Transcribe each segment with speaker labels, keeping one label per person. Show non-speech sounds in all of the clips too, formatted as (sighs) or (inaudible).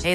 Speaker 1: Hey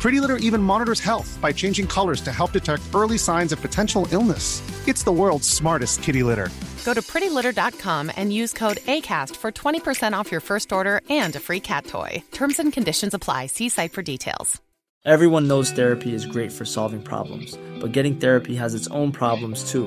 Speaker 2: Pretty Litter even monitors health by changing colors to help detect early signs of potential illness. It's the world's smartest kitty litter.
Speaker 3: Go to prettylitter.com and use code ACAST for 20% off your first order and a free cat toy. Terms and conditions apply. See site for details.
Speaker 4: Everyone knows therapy is great for solving problems, but getting therapy has its own problems too,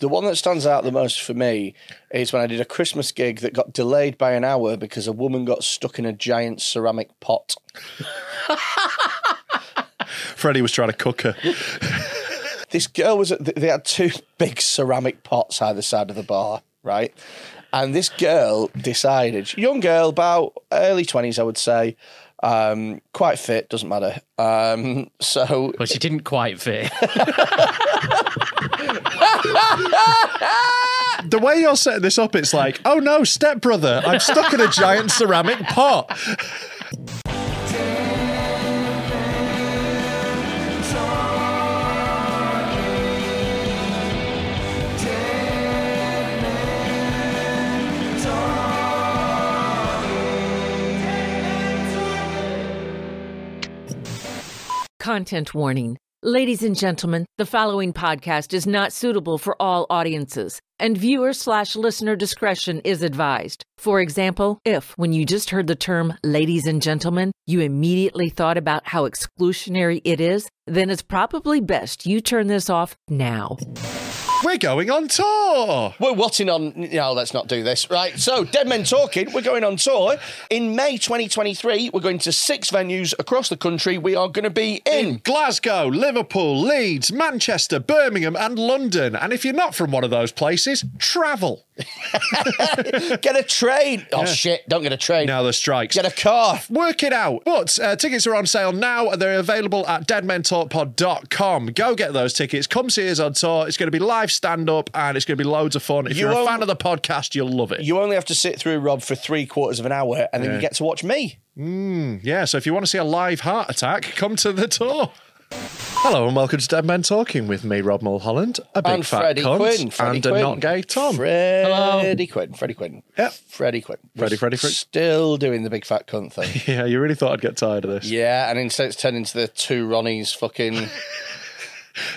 Speaker 5: The one that stands out the most for me is when I did a Christmas gig that got delayed by an hour because a woman got stuck in a giant ceramic pot.
Speaker 6: Freddie was trying to cook her.
Speaker 5: This girl was, they had two (laughs) big ceramic pots either side of the bar, right? And this girl decided, young girl, about early 20s, I would say, um, quite fit, doesn't matter. Um, (laughs) so
Speaker 7: Well, she didn't quite fit. (laughs)
Speaker 6: The way you're setting this up, it's like, oh no, stepbrother, I'm stuck in a giant ceramic pot.
Speaker 8: Content warning. Ladies and gentlemen, the following podcast is not suitable for all audiences, and viewer slash listener discretion is advised. For example, if, when you just heard the term ladies and gentlemen, you immediately thought about how exclusionary it is, then it's probably best you turn this off now.
Speaker 6: We're going on tour.
Speaker 5: We're watching on. No, let's not do this. Right. So, Dead Men Talking, we're going on tour. In May 2023, we're going to six venues across the country. We are going to be
Speaker 6: (laughs)
Speaker 5: in.
Speaker 6: Glasgow, Liverpool, Leeds, Manchester, Birmingham, and London. And if you're not from one of those places, travel.
Speaker 5: Get a train. Oh, shit. Don't get a train.
Speaker 6: Now the strikes.
Speaker 5: Get a car.
Speaker 6: Work it out. But uh, tickets are on sale now. They're available at deadmentalkpod.com. Go get those tickets. Come see us on tour. It's going to be live stand up and it's going to be loads of fun. If
Speaker 5: You
Speaker 6: you are a
Speaker 5: won't-
Speaker 6: fan of the podcast, you'll love it.
Speaker 5: You only have to sit through Rob for three quarters of an hour and then you get to watch me.
Speaker 6: Yeah, so if you want to see a live heart attack, come to the tour. Hello and welcome to Dead Men Talking with me, Rob Mulholland, a big
Speaker 5: and
Speaker 6: fat
Speaker 5: Freddie
Speaker 6: cunt,
Speaker 5: Quinn. Freddie
Speaker 6: and
Speaker 5: Quinn.
Speaker 6: a not gay Tom.
Speaker 5: Freddie Quinn. Freddie Quinn.
Speaker 6: Yep.
Speaker 5: Freddie Quinn. We're
Speaker 6: Freddie, Freddie, Freddie.
Speaker 5: Still doing the big fat cunt thing.
Speaker 6: (laughs) yeah, you really thought I'd get tired of this.
Speaker 5: yeah, and instead it's turned into the two Ronnies fucking. (laughs)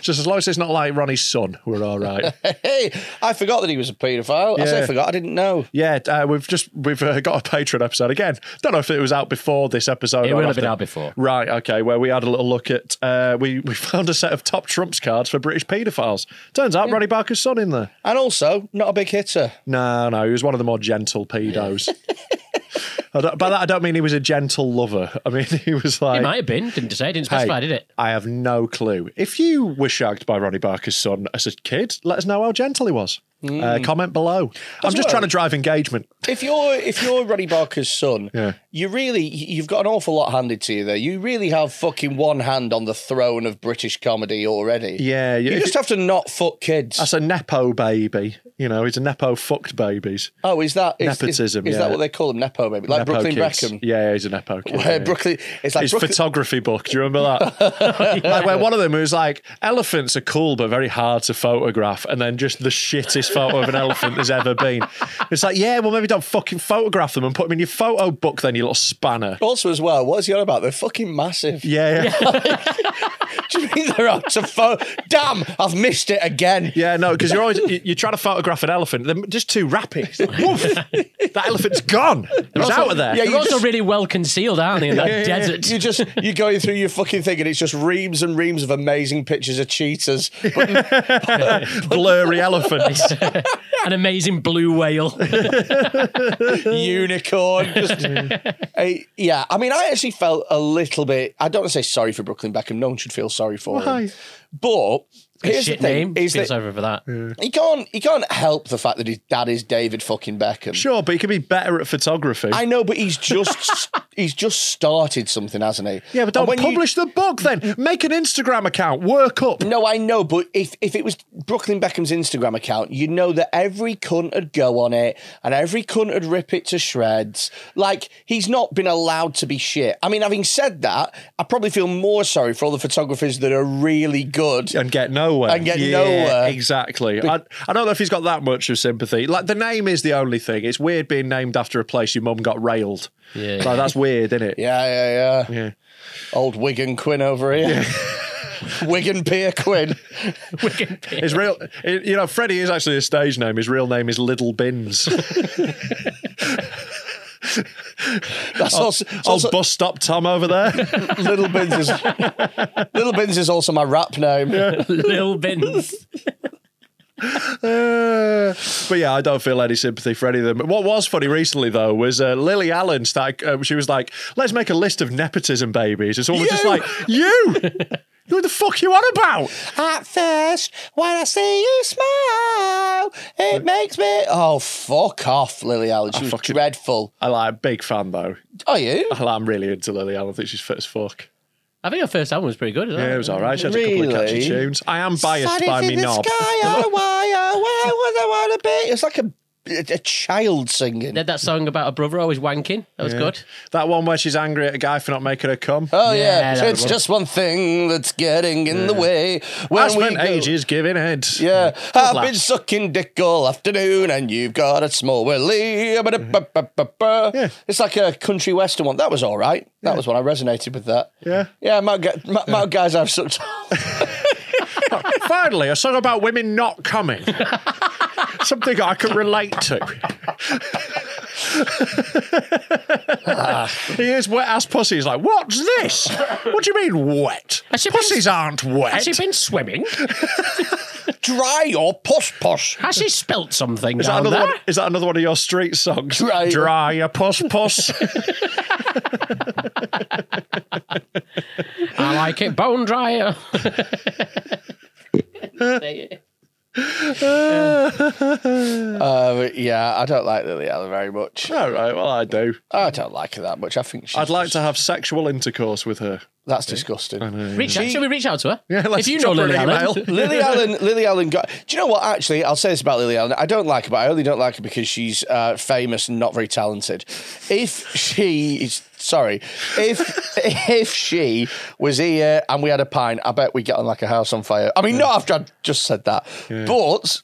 Speaker 6: Just as long as it's not like Ronnie's son, we're all right.
Speaker 5: hey, I forgot that he was a paedophile. I say I
Speaker 6: Yeah.
Speaker 5: forgot. I didn't know.
Speaker 6: yeah, uh, we've just we've uh, got a Patreon episode again. Don't know if it was out before this episode.
Speaker 7: It
Speaker 6: or
Speaker 7: will have
Speaker 6: after.
Speaker 7: been out before.
Speaker 6: Right, okay, where we had a little look at uh, we (laughs) we found a set of top Trumps cards for British paedophiles. Turns out Ronnie Barker's son in there.
Speaker 5: And also, not a big hitter.
Speaker 6: No, no, he was one of the more gentle
Speaker 7: (laughs)
Speaker 6: pedos. I don't, by that, I don't mean he was a gentle lover. I mean (laughs) he was like.
Speaker 7: It might have been. Didn't say. Didn't
Speaker 6: "Hey,
Speaker 7: specify, did it?
Speaker 6: I have no clue. If you were shagged by Ronnie Barker's son as a kid, let us know how gentle he was.
Speaker 7: Hmm.
Speaker 6: Uh, comment below. I'm just
Speaker 5: well-
Speaker 6: trying to drive engagement.
Speaker 5: If you're if you're Ronnie Barker's son,
Speaker 6: Yeah.
Speaker 5: you really you've got an awful lot handed to you there. You really have fucking one hand on the throne of British comedy already.
Speaker 6: Yeah,
Speaker 5: You
Speaker 6: if-
Speaker 5: just have to not fuck kids.
Speaker 6: That's a nepo baby. You know, he's a nepo fucked babies.
Speaker 5: oh, is that is,
Speaker 6: Nepotism,
Speaker 5: Is, is that
Speaker 6: yeah.
Speaker 5: what they call them? Nepo baby, like
Speaker 6: nepo
Speaker 5: Brooklyn
Speaker 6: kids.
Speaker 5: Beckham.
Speaker 6: Yeah, he's a nepo kid.
Speaker 5: Where
Speaker 6: yeah.
Speaker 5: Brooklyn, it's like
Speaker 6: his
Speaker 5: Brooklyn,
Speaker 6: photography book. Do you remember
Speaker 5: (laughs)
Speaker 6: that? Like where one of them was like, elephants are cool but very hard to photograph, and then just the shittest greatest photo of an elephant there's ever been. It's like, yeah, well, maybe don't fucking photograph them and put them in your photo book, then, you little spanner.
Speaker 5: Also, as well, what is he on about? They're fucking massive.
Speaker 6: Yeah, yeah.
Speaker 5: (laughs) Do you mean they're out to photo? Damn, I've missed it again.
Speaker 6: Yeah, no, because you're always you, you try to photograph an elephant. They're just too rapid. It's like, woof, that elephant's gone. It was out of there.
Speaker 5: Yeah,
Speaker 6: (laughs)
Speaker 7: They're
Speaker 5: you
Speaker 7: also
Speaker 5: just-
Speaker 7: really well concealed, aren't they, in that
Speaker 6: Yeah, yeah, yeah.
Speaker 7: desert?
Speaker 5: You just you're going through your fucking thing, and it's just reams and reams of amazing pictures of cheetahs. But
Speaker 6: Blurry elephant.
Speaker 7: (laughs) An amazing blue
Speaker 6: (laughs)
Speaker 7: whale.
Speaker 5: unicorn. Just, I- yeah, I mean, I actually felt a little bit. I don't want to say sorry for Brooklyn Beckham. No one should feel sorry for
Speaker 6: Why?
Speaker 5: him. But here's
Speaker 7: Shit
Speaker 5: the thing:
Speaker 7: name.
Speaker 5: is
Speaker 7: Feels
Speaker 5: that
Speaker 7: over for that. (laughs)
Speaker 5: he can't he can't help the fact that his dad is David fucking Beckham.
Speaker 6: Sure, but he could be better at photography.
Speaker 5: I know, but he's just (laughs) he's just started something, hasn't he?
Speaker 6: yeah, but
Speaker 5: And
Speaker 6: don't
Speaker 5: when you-
Speaker 6: publish the book then. Make an Instagram account. Work up.
Speaker 5: No, I know, but if, if it was Brooklyn Beckham's Instagram account, you'd know that every cunt would go on it and every cunt would rip it to shreds. Like, he's not been allowed to be shit. I mean, having said that, I probably feel more sorry for all the photographers that are really good.
Speaker 6: and get nowhere.
Speaker 5: And get nowhere.
Speaker 6: Exactly. I, I don't know if he's got that much of sympathy. Like the name is the only thing. It's weird being named after a place your mum got railed.
Speaker 7: Yeah.
Speaker 6: Like, that's weird, isn't it?
Speaker 5: Yeah, yeah, yeah.
Speaker 6: Yeah.
Speaker 5: Old Wigan Quinn over here. (laughs) Wigan Pier Quinn.
Speaker 6: His real, you know, Freddie is actually a stage name. His real name is
Speaker 5: (laughs)
Speaker 6: Little Bins.
Speaker 5: That's also,
Speaker 6: Old
Speaker 5: also-
Speaker 6: bus stop Tom over there.
Speaker 5: Little Bins
Speaker 6: (laughs)
Speaker 5: is Little Bins is also my rap name.
Speaker 7: Lil Bins.
Speaker 6: Uh, but yeah, I don't feel any sympathy for any of them. What was funny recently though was uh, Lily Allen started. Uh, she was like, "Let's make a list of nepotism babies." And someone was just
Speaker 5: You!
Speaker 6: like, "You, (laughs) what the fuck you on about?"
Speaker 5: At first, when I see you smile, it makes me. Oh, fuck off, Lily Allen. She was
Speaker 6: fucking-
Speaker 5: dreadful.
Speaker 6: I like a big fan though.
Speaker 5: Are you?
Speaker 6: I like- I'm really into Lily Allen. I think she's fit as fuck.
Speaker 7: I think her first album was pretty good. isn't
Speaker 6: Yeah, it was all right. She had a couple of catchy
Speaker 5: Really?
Speaker 6: tunes. I am biased
Speaker 5: Sunny's
Speaker 6: by
Speaker 5: in
Speaker 6: me
Speaker 5: the
Speaker 6: knob. (laughs)
Speaker 5: Sky, oh, why, oh, why would I want to be? It's like a, a, a child singing.
Speaker 7: They had that song about a brother always wanking. That was good.
Speaker 6: That one where she's angry at a guy for not making her come.
Speaker 5: Oh
Speaker 7: Yeah,
Speaker 5: yeah,
Speaker 7: that
Speaker 5: it's
Speaker 7: was-
Speaker 5: just one thing that's getting in the way. When
Speaker 6: I spent
Speaker 5: go-
Speaker 6: ages giving head.
Speaker 5: Yeah, I've
Speaker 6: laugh.
Speaker 5: been sucking dick all afternoon, and you've got a small willy. Yeah. It's like a country western one. That was all right. That was one I resonated with. That.
Speaker 6: Yeah.
Speaker 5: Yeah, my, gu- my, my guys have (laughs) such.
Speaker 6: Finally, a song about women not coming. Something I can relate to. he is wet ass pussy. He's like, what's this? What do you mean wet?
Speaker 7: Has she been-
Speaker 6: Pussies aren't wet.
Speaker 7: Has she been swimming?
Speaker 5: Dry your posh posh.
Speaker 7: Has she spilt something
Speaker 6: Is that,
Speaker 7: down
Speaker 6: another
Speaker 7: there?
Speaker 6: one, is that another one of your street songs?
Speaker 5: Dry-
Speaker 6: Dry your puss puss.
Speaker 7: I like it
Speaker 6: (laughs)
Speaker 7: bone dryer. (laughs)
Speaker 5: Uh, yeah, I don't like Lily Allen very much.
Speaker 6: (laughs) All right, well, I do.
Speaker 5: I don't like her that much. I think she's.
Speaker 6: I'd like
Speaker 5: just-
Speaker 6: to have sexual intercourse with her.
Speaker 5: That's disgusting.
Speaker 7: Reach out. Should we reach out to her?
Speaker 6: Yeah, let's
Speaker 7: if you know
Speaker 6: drop her
Speaker 7: Lily
Speaker 6: an
Speaker 7: Allen,
Speaker 5: (laughs)
Speaker 6: email.
Speaker 5: Lily Allen, Lily Allen got. Do you know what? Actually, I'll say this about Lily Allen. I don't like her, but I only don't like her because she's uh, famous and not very talented. If she is sorry, if (laughs) if she was here and we had a pint, I bet we would get on like a house on fire. I mean, not after I just said that, but.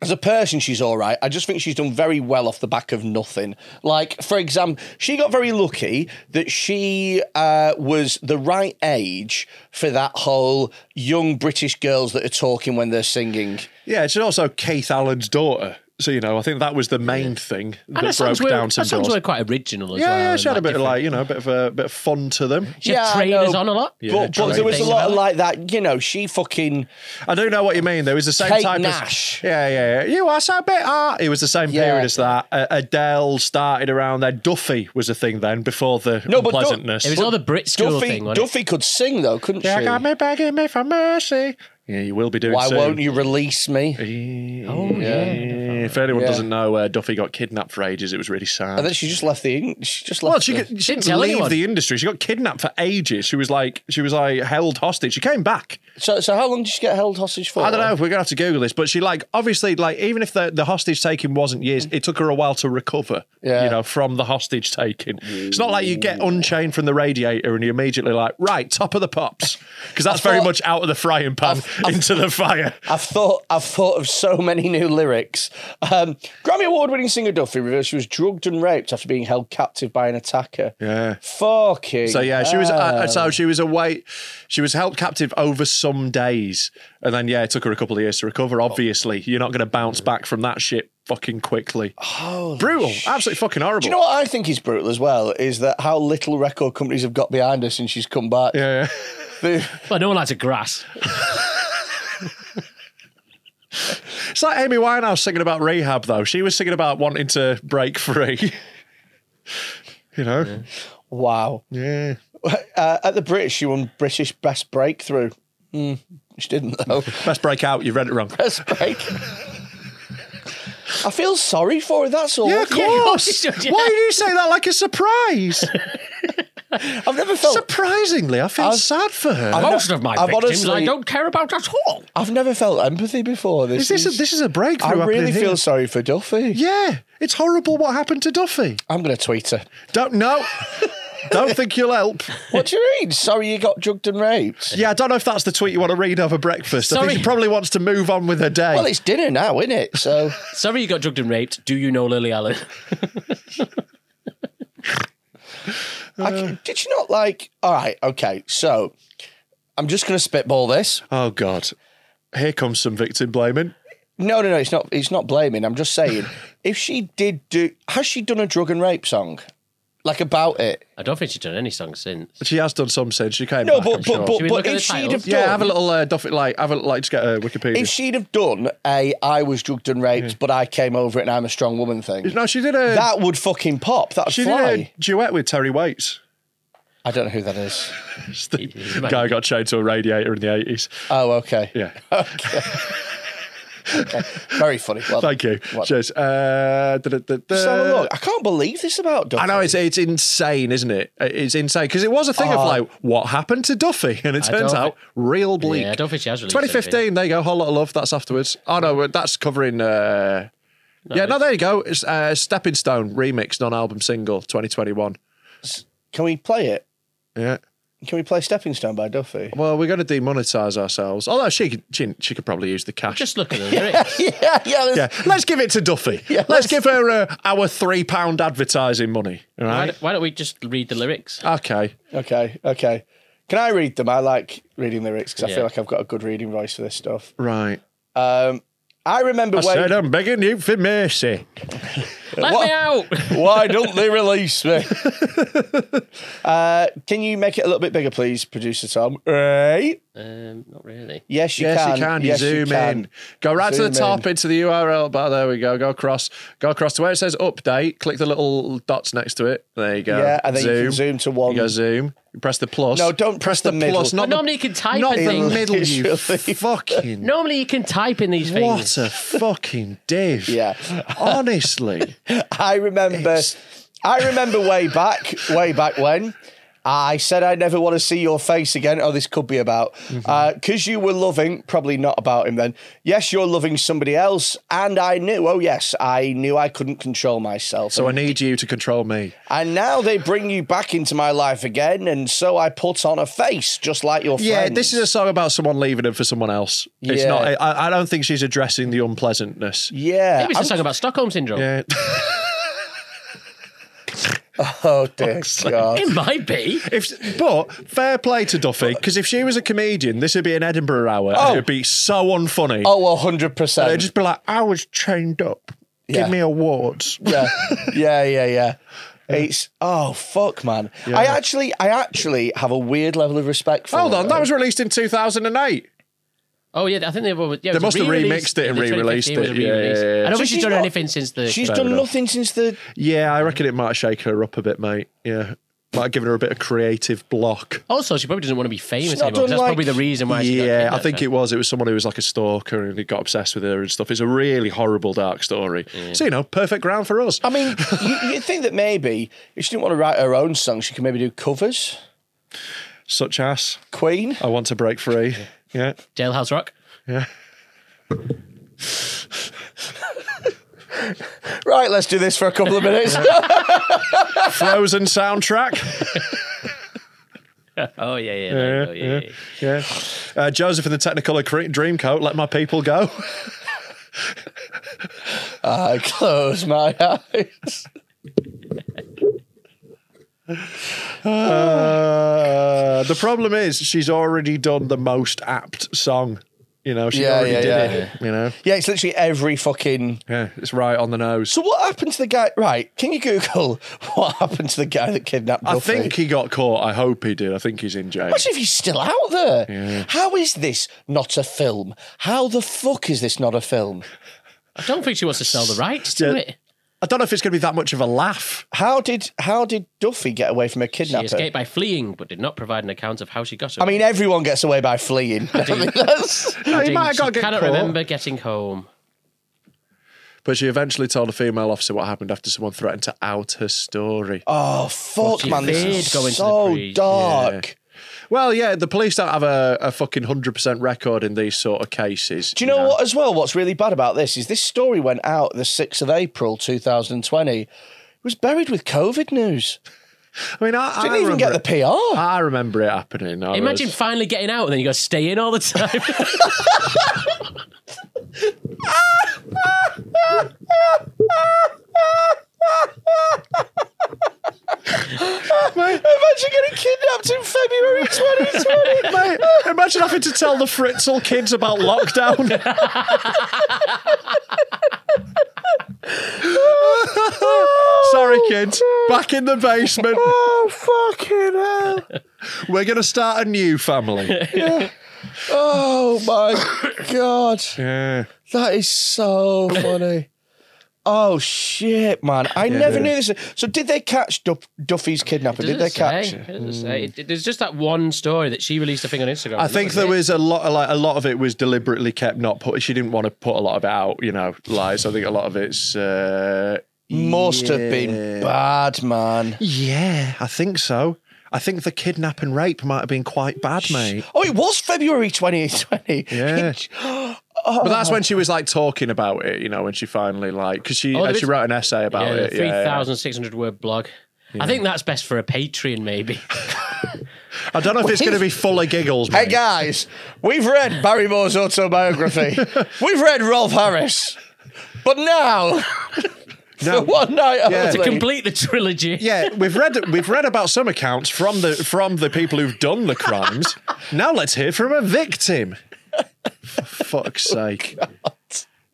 Speaker 5: As a person, she's all right. I just think she's done very well off the back of nothing. Like, for example, she got very lucky that she uh, was the right age for that whole young British girls that are talking when they're singing.
Speaker 6: Yeah, she's also Keith Allen's daughter. So, you know, I think that was the main thing
Speaker 7: and
Speaker 6: that
Speaker 7: her
Speaker 6: broke
Speaker 7: songs, were,
Speaker 6: down
Speaker 7: her
Speaker 6: some
Speaker 7: songs
Speaker 6: doors.
Speaker 7: were quite original as
Speaker 6: yeah,
Speaker 7: well.
Speaker 6: yeah,
Speaker 7: and,
Speaker 6: she had a bit of
Speaker 7: different-
Speaker 6: like, you know, a bit of a bit of fun to them.
Speaker 7: She had
Speaker 5: uh, Yeah, I
Speaker 7: trainers
Speaker 5: know.
Speaker 7: on a lot.
Speaker 6: Yeah,
Speaker 5: but, but there was a
Speaker 7: things
Speaker 5: lot
Speaker 7: about
Speaker 5: of
Speaker 7: it.
Speaker 5: like that, you know, she fucking.
Speaker 6: I do know what you mean. There was the same
Speaker 5: Kate
Speaker 6: type
Speaker 5: Nash.
Speaker 6: of yeah, yeah, yeah. You are so bitter. It was the same
Speaker 5: Yeah.
Speaker 6: period as that. Uh, Adele started around there. Duffy was a thing then before the
Speaker 5: No, but Duff-
Speaker 6: unpleasantness.
Speaker 7: It was all the Brit school
Speaker 5: Duffy,
Speaker 7: thing. wasn't it?
Speaker 5: Duffy could sing, though, couldn't
Speaker 6: yeah,
Speaker 5: she?
Speaker 6: got me begging me for mercy. Yeah, you will be doing.
Speaker 5: Why
Speaker 6: soon.
Speaker 5: won't you release me?
Speaker 7: Oh yeah.
Speaker 6: if anyone
Speaker 5: Yeah.
Speaker 6: doesn't know, uh, Duffy got kidnapped for ages. It was really sad.
Speaker 5: And then she just left the. in- She just left.
Speaker 6: well, she,
Speaker 5: the-
Speaker 6: got, she
Speaker 7: Didn't
Speaker 6: didn't
Speaker 7: tell
Speaker 6: leave
Speaker 7: anyone.
Speaker 6: the industry. She got kidnapped for ages. She was like, she was like held hostage. She came back.
Speaker 5: So, so how long did she get held hostage for?
Speaker 6: I don't know. We're gonna have to Google this, but she like obviously like even if the, the hostage taking wasn't years, it took her a while to recover.
Speaker 5: Yeah. Mm.
Speaker 6: you know, from the hostage taking. It's not like you get unchained from the radiator and you immediately like right top of the pops because that's very
Speaker 5: thought-
Speaker 6: much out of the frying pan into the fire.
Speaker 5: I've thought I've thought of so many new lyrics. Um, Grammy award-winning singer Duffy reveals she was drugged and raped after being held captive by an attacker.
Speaker 6: Yeah.
Speaker 5: Fucking.
Speaker 6: So yeah, she was. Uh,
Speaker 5: hell.
Speaker 6: so she was away. She was held captive over some days, and then yeah, it took her a couple of years to recover.
Speaker 5: Oh.
Speaker 6: Obviously, you're not going to bounce
Speaker 5: Mm.
Speaker 6: back from that shit fucking quickly. brutal, absolutely fucking horrible.
Speaker 5: Do you know what I think is brutal as well? Is that how little record companies have got behind her since she's come back?
Speaker 6: Yeah,
Speaker 5: They-
Speaker 7: Well, no one likes a grass.
Speaker 6: it's like Amy Winehouse singing about rehab though. She was singing about wanting to break free. (laughs) you know,
Speaker 5: Wow.
Speaker 6: yeah.
Speaker 5: Uh, at the British, she won British Best Breakthrough. Hmm, she didn't
Speaker 6: (laughs)
Speaker 5: though.
Speaker 6: Best break out. You read it wrong.
Speaker 5: Best Break. I feel sorry for her. That's all.
Speaker 6: Yeah, of course.
Speaker 7: yeah.
Speaker 6: Why do you say that like a surprise?
Speaker 5: I've never felt.
Speaker 6: Surprisingly, I feel
Speaker 5: I've-
Speaker 6: sad for her.
Speaker 5: I've
Speaker 7: Most
Speaker 5: ne-
Speaker 7: of my
Speaker 5: I've
Speaker 7: victims
Speaker 5: honestly-
Speaker 7: I don't care about at all.
Speaker 5: I've never felt empathy before. This
Speaker 6: Is this a, this is a
Speaker 5: I
Speaker 6: breakthrough?
Speaker 5: really
Speaker 6: happening
Speaker 5: feel
Speaker 6: here.
Speaker 5: sorry for Duffy.
Speaker 6: Yeah, it's horrible what happened to Duffy.
Speaker 5: I'm going to tweet her.
Speaker 6: Don't know. don't think you'll help.
Speaker 5: What do you mean? Sorry, you got drugged and raped.
Speaker 6: Yeah, I don't know if that's the tweet you want to read over breakfast. I
Speaker 7: Sorry.
Speaker 6: think she probably wants to move on with her day.
Speaker 5: Well, it's dinner now, isn't it? So (laughs)
Speaker 7: Sorry you got drugged and raped. Do you know Lily Allen? (laughs)
Speaker 5: I c did you not like? All right, okay. So I'm just going to spitball this.
Speaker 6: oh God, here comes some victim blaming.
Speaker 5: No, no, no. It's not. It's not blaming. I'm just (laughs) saying, if she did do, has she done a drug and rape song, like about it?
Speaker 7: I don't think she's done any songs since.
Speaker 6: She has done some since she came
Speaker 5: No,
Speaker 6: back.
Speaker 5: but
Speaker 6: I'm
Speaker 5: but
Speaker 6: sure.
Speaker 5: but,
Speaker 7: Should we
Speaker 5: but
Speaker 7: look at
Speaker 5: if
Speaker 7: the
Speaker 5: she'd
Speaker 7: titles?
Speaker 5: have done,
Speaker 6: yeah, have a little uh, Duffy like have a like to get a Wikipedia.
Speaker 5: if she'd have done a I was drugged and raped, but I came over it and I'm a strong woman thing,
Speaker 6: no, she did a
Speaker 5: that would fucking pop. That'd
Speaker 6: she
Speaker 5: fly.
Speaker 6: did a duet with Terry Waits.
Speaker 5: I don't know who that is.
Speaker 6: It's the guy who got chained to a radiator in the eighties.
Speaker 5: (laughs) Oh, okay.
Speaker 6: Yeah.
Speaker 5: Very funny. Well,
Speaker 6: Thank you.
Speaker 5: What-
Speaker 6: Cheers. Uh, da, da, da, da.
Speaker 5: Just have a look. I can't believe this about Duffy.
Speaker 6: I know it's it's insane, isn't it? Uh, It's insane because it was a thing of like what happened to Duffy, and it
Speaker 7: Oh. I
Speaker 6: turns
Speaker 7: don't
Speaker 6: out real bleak.
Speaker 7: Yeah, I don't think she has released
Speaker 6: 2015. There you go. Whole lot of love. That's afterwards. Oh no, but that's covering. Uh, yeah, no, there you go. It's uh, Stepping Stone remix, non-album single, 2021.
Speaker 5: Can we play it?
Speaker 6: Yeah.
Speaker 5: Can we play Stepping Stone by Duffy?
Speaker 6: (laughs)
Speaker 5: (laughs)
Speaker 6: Well, we're going to demonetize ourselves. Although she could, she, she could probably use the cash.
Speaker 7: Just look
Speaker 5: (laughs)
Speaker 7: at the lyrics.
Speaker 5: yeah, yeah.
Speaker 6: (laughs) yeah, let's give it to
Speaker 7: (laughs)
Speaker 6: Duffy.
Speaker 5: Yeah,
Speaker 6: let's,
Speaker 5: let's-
Speaker 6: give her uh, our three pound advertising money. All
Speaker 7: why,
Speaker 6: right.
Speaker 7: don't, why don't we just read the lyrics?
Speaker 6: Okay.
Speaker 5: Okay, okay. Can I read them? I like reading lyrics because I
Speaker 7: Yeah.
Speaker 5: feel like I've got a good reading voice for this stuff.
Speaker 6: Right.
Speaker 5: Um, I remember
Speaker 6: I
Speaker 5: when.
Speaker 6: said I'm begging you for mercy.
Speaker 5: (laughs)
Speaker 7: Let
Speaker 5: What?
Speaker 7: me out!
Speaker 5: (laughs) Why don't they release
Speaker 6: (laughs)
Speaker 5: me? uh, can you make it a little bit bigger, please, producer Tom? Right?
Speaker 7: um, not really.
Speaker 5: Yes, you
Speaker 6: yes,
Speaker 5: can.
Speaker 6: you can. You
Speaker 5: Yes,
Speaker 6: zoom in. Go right to the
Speaker 5: Zoom in.
Speaker 6: top into the URL bar. There we go. Go across. Go across to where it says update. Click the little dots next to it. There you go.
Speaker 5: Yeah, and then you can zoom to one.
Speaker 6: You go zoom. You press the plus.
Speaker 5: No, don't press the middle.
Speaker 6: plus. Not
Speaker 7: But normally you can
Speaker 6: the,
Speaker 7: type
Speaker 6: not
Speaker 7: and
Speaker 6: the
Speaker 7: things.
Speaker 6: middle.
Speaker 5: (laughs)
Speaker 6: You
Speaker 5: Literally.
Speaker 6: fucking.
Speaker 7: Normally you can type in these things.
Speaker 6: What a fucking div.
Speaker 5: Yeah. (laughs)
Speaker 6: Honestly.
Speaker 5: I remember. I remember way back, way back when. I said I never want to see your face again. Oh, this could be about
Speaker 6: Mm-hmm.
Speaker 5: because you were loving. Probably not about him then. Yes, you're loving somebody else, and I knew. Oh, yes, I knew I couldn't control myself.
Speaker 6: So I need you to control me.
Speaker 5: and now they bring you back into my life again, and so I put on a face just like your
Speaker 6: Yeah,
Speaker 5: friends.
Speaker 6: this is a song about someone leaving him for someone else. It's
Speaker 5: Yeah.
Speaker 6: not. I, I don't think she's addressing the unpleasantness.
Speaker 5: yeah.
Speaker 7: Maybe it's
Speaker 5: I'm-
Speaker 7: a song about Stockholm Syndrome.
Speaker 6: Yeah. (laughs)
Speaker 5: oh dear God.
Speaker 7: It might be.
Speaker 6: If, but fair play to Duffy, because if she was a comedian, this would be an Edinburgh hour. and
Speaker 5: Oh.
Speaker 6: it would be so unfunny.
Speaker 5: Oh, one hundred
Speaker 6: They'd
Speaker 5: percent.
Speaker 6: just be like, I was chained up.
Speaker 5: Yeah.
Speaker 6: Give me awards. (laughs)
Speaker 5: yeah, yeah, yeah, yeah. It's oh fuck, man. I actually, I actually have a weird level of respect for.
Speaker 6: Hold on,
Speaker 5: her.
Speaker 6: that was released in 2008.
Speaker 7: Oh yeah, I think they were.
Speaker 6: They
Speaker 7: Yeah, it was
Speaker 6: must have
Speaker 7: re-released.
Speaker 6: remixed it and
Speaker 7: The
Speaker 6: re-released
Speaker 7: 2015 was a
Speaker 6: it. Yeah,
Speaker 7: re-release.
Speaker 6: yeah, yeah.
Speaker 7: I don't
Speaker 5: So
Speaker 7: think she's
Speaker 5: she's
Speaker 7: done
Speaker 5: not-
Speaker 7: anything since the.
Speaker 5: She's
Speaker 6: Fair
Speaker 5: done
Speaker 6: enough.
Speaker 5: nothing since the.
Speaker 6: Yeah, I reckon it might shake her up a bit, mate. Yeah. might have given her a bit of creative block.
Speaker 7: Also, she probably doesn't want to be famous
Speaker 5: not
Speaker 7: anymore. 'cause
Speaker 5: done
Speaker 7: That's probably
Speaker 5: like-
Speaker 7: the reason why. she got
Speaker 6: Yeah, I
Speaker 7: kidnapped,
Speaker 6: think
Speaker 7: then.
Speaker 6: it was. It was someone who was like a stalker and he got obsessed with her and stuff. It's a really horrible, dark story. So, you know, perfect ground for us.
Speaker 5: I
Speaker 6: (laughs)
Speaker 5: mean, you, you'd think that maybe if she didn't want to write her own song, she could maybe do covers.
Speaker 6: Such as,
Speaker 5: Queen.
Speaker 6: I want to break free. Yeah.
Speaker 7: Jailhouse Rock.
Speaker 5: Right, let's do this for a couple of
Speaker 6: (laughs)
Speaker 5: minutes. (laughs)
Speaker 6: Frozen soundtrack.
Speaker 7: Oh yeah, yeah, there you go, yeah, yeah.
Speaker 6: Yeah. Uh, Joseph and the Technicolor Cre- Dreamcoat, let my people go. (laughs)
Speaker 5: I close my eyes.
Speaker 6: Uh, the problem is she's already done the most apt song. You know, she
Speaker 5: Yeah,
Speaker 6: already
Speaker 5: yeah,
Speaker 6: did
Speaker 5: yeah.
Speaker 6: it. You know,
Speaker 5: Yeah, it's literally every fucking.
Speaker 6: yeah, it's right on the nose.
Speaker 5: So what happened to the guy? Right, can you Google (laughs) what happened to the guy that kidnapped?
Speaker 6: I
Speaker 5: Buffy?
Speaker 6: think he got caught. I hope he did. I think he's in jail.
Speaker 5: Imagine if he's still out there. How is this not a film? How the fuck is this not a film?
Speaker 7: I don't think she wants to sell the rights
Speaker 6: Yeah.
Speaker 7: to it.
Speaker 6: I don't know if it's going to be that much of a laugh.
Speaker 5: How did how did Duffy get away from a
Speaker 7: She
Speaker 5: kidnapper?
Speaker 7: escaped by fleeing, but did not provide an account of how she got away. (laughs)
Speaker 5: I mean, everyone gets away by fleeing. I mean, that's-
Speaker 6: he
Speaker 7: Adding,
Speaker 6: might have
Speaker 7: she
Speaker 6: got to get
Speaker 7: cannot
Speaker 6: caught.
Speaker 7: remember getting home.
Speaker 6: But she eventually told a female officer what happened after someone threatened to out her story.
Speaker 5: oh fuck,
Speaker 7: She
Speaker 5: man! This
Speaker 7: did
Speaker 5: is
Speaker 7: go into the
Speaker 5: so
Speaker 7: breach.
Speaker 5: dark.
Speaker 6: Well, yeah, the police don't have a, a fucking 100% record in these sort of cases.
Speaker 5: Do you know what, as well, what's really bad about this is this story went out the 6th of April 2020. It was buried with COVID news.
Speaker 6: I mean, I,
Speaker 5: Didn't even
Speaker 6: I remember
Speaker 5: get the
Speaker 6: it-
Speaker 5: PR. (laughs)
Speaker 6: I remember it happening. I
Speaker 7: Imagine
Speaker 6: was-
Speaker 7: finally getting out and then you got to stay in all the time.
Speaker 6: (laughs)
Speaker 5: Imagine getting kidnapped in February 2020.
Speaker 6: Mate, imagine having to tell the Fritzel kids about lockdown. Sorry, kids. Back in the basement.
Speaker 5: oh, fucking hell.
Speaker 6: We're going to start a new family.
Speaker 5: Oh,
Speaker 6: (coughs)
Speaker 5: my God.
Speaker 6: Yeah.
Speaker 5: That is so funny. Oh shit, man! I never knew this. So, did they catch Duff- Duffy's kidnapper? Did they catch?
Speaker 7: say. Doesn't say. It- it- There's just that one story that she released a thing on Instagram.
Speaker 6: I think there
Speaker 7: wasn't it?
Speaker 6: was a lot, like a lot of it was deliberately kept not put. She didn't want to put a lot of it out, you know. Like, so I think a lot of it's. Uh,
Speaker 5: Must have been bad, man.
Speaker 6: yeah, I think so. I think the kidnap and rape might have been quite bad, mate.
Speaker 5: Oh, it was February Oh. 2020. (gasps)
Speaker 6: Yeah. But that's
Speaker 7: Oh.
Speaker 6: when she was like talking about it, you know, when she finally like because she
Speaker 7: Oh, there
Speaker 6: uh, she
Speaker 7: is-
Speaker 6: wrote an essay about
Speaker 7: yeah,
Speaker 6: it.
Speaker 7: three
Speaker 6: yeah, yeah.
Speaker 7: thousand six hundred word blog. I think that's best for a Patreon, maybe.
Speaker 6: I don't know if it's going to be full of giggles.
Speaker 5: Hey
Speaker 6: Mate.
Speaker 5: guys, we've read Barrymore's
Speaker 6: (laughs)
Speaker 5: autobiography. we've read Rolf Harris, but now,
Speaker 6: No.
Speaker 5: (laughs) for one night
Speaker 6: Yeah.
Speaker 5: only,
Speaker 7: to complete the trilogy.
Speaker 6: Yeah, we've read we've read about some accounts from the from the people who've done the crimes. now let's hear from a victim. For fuck's sake!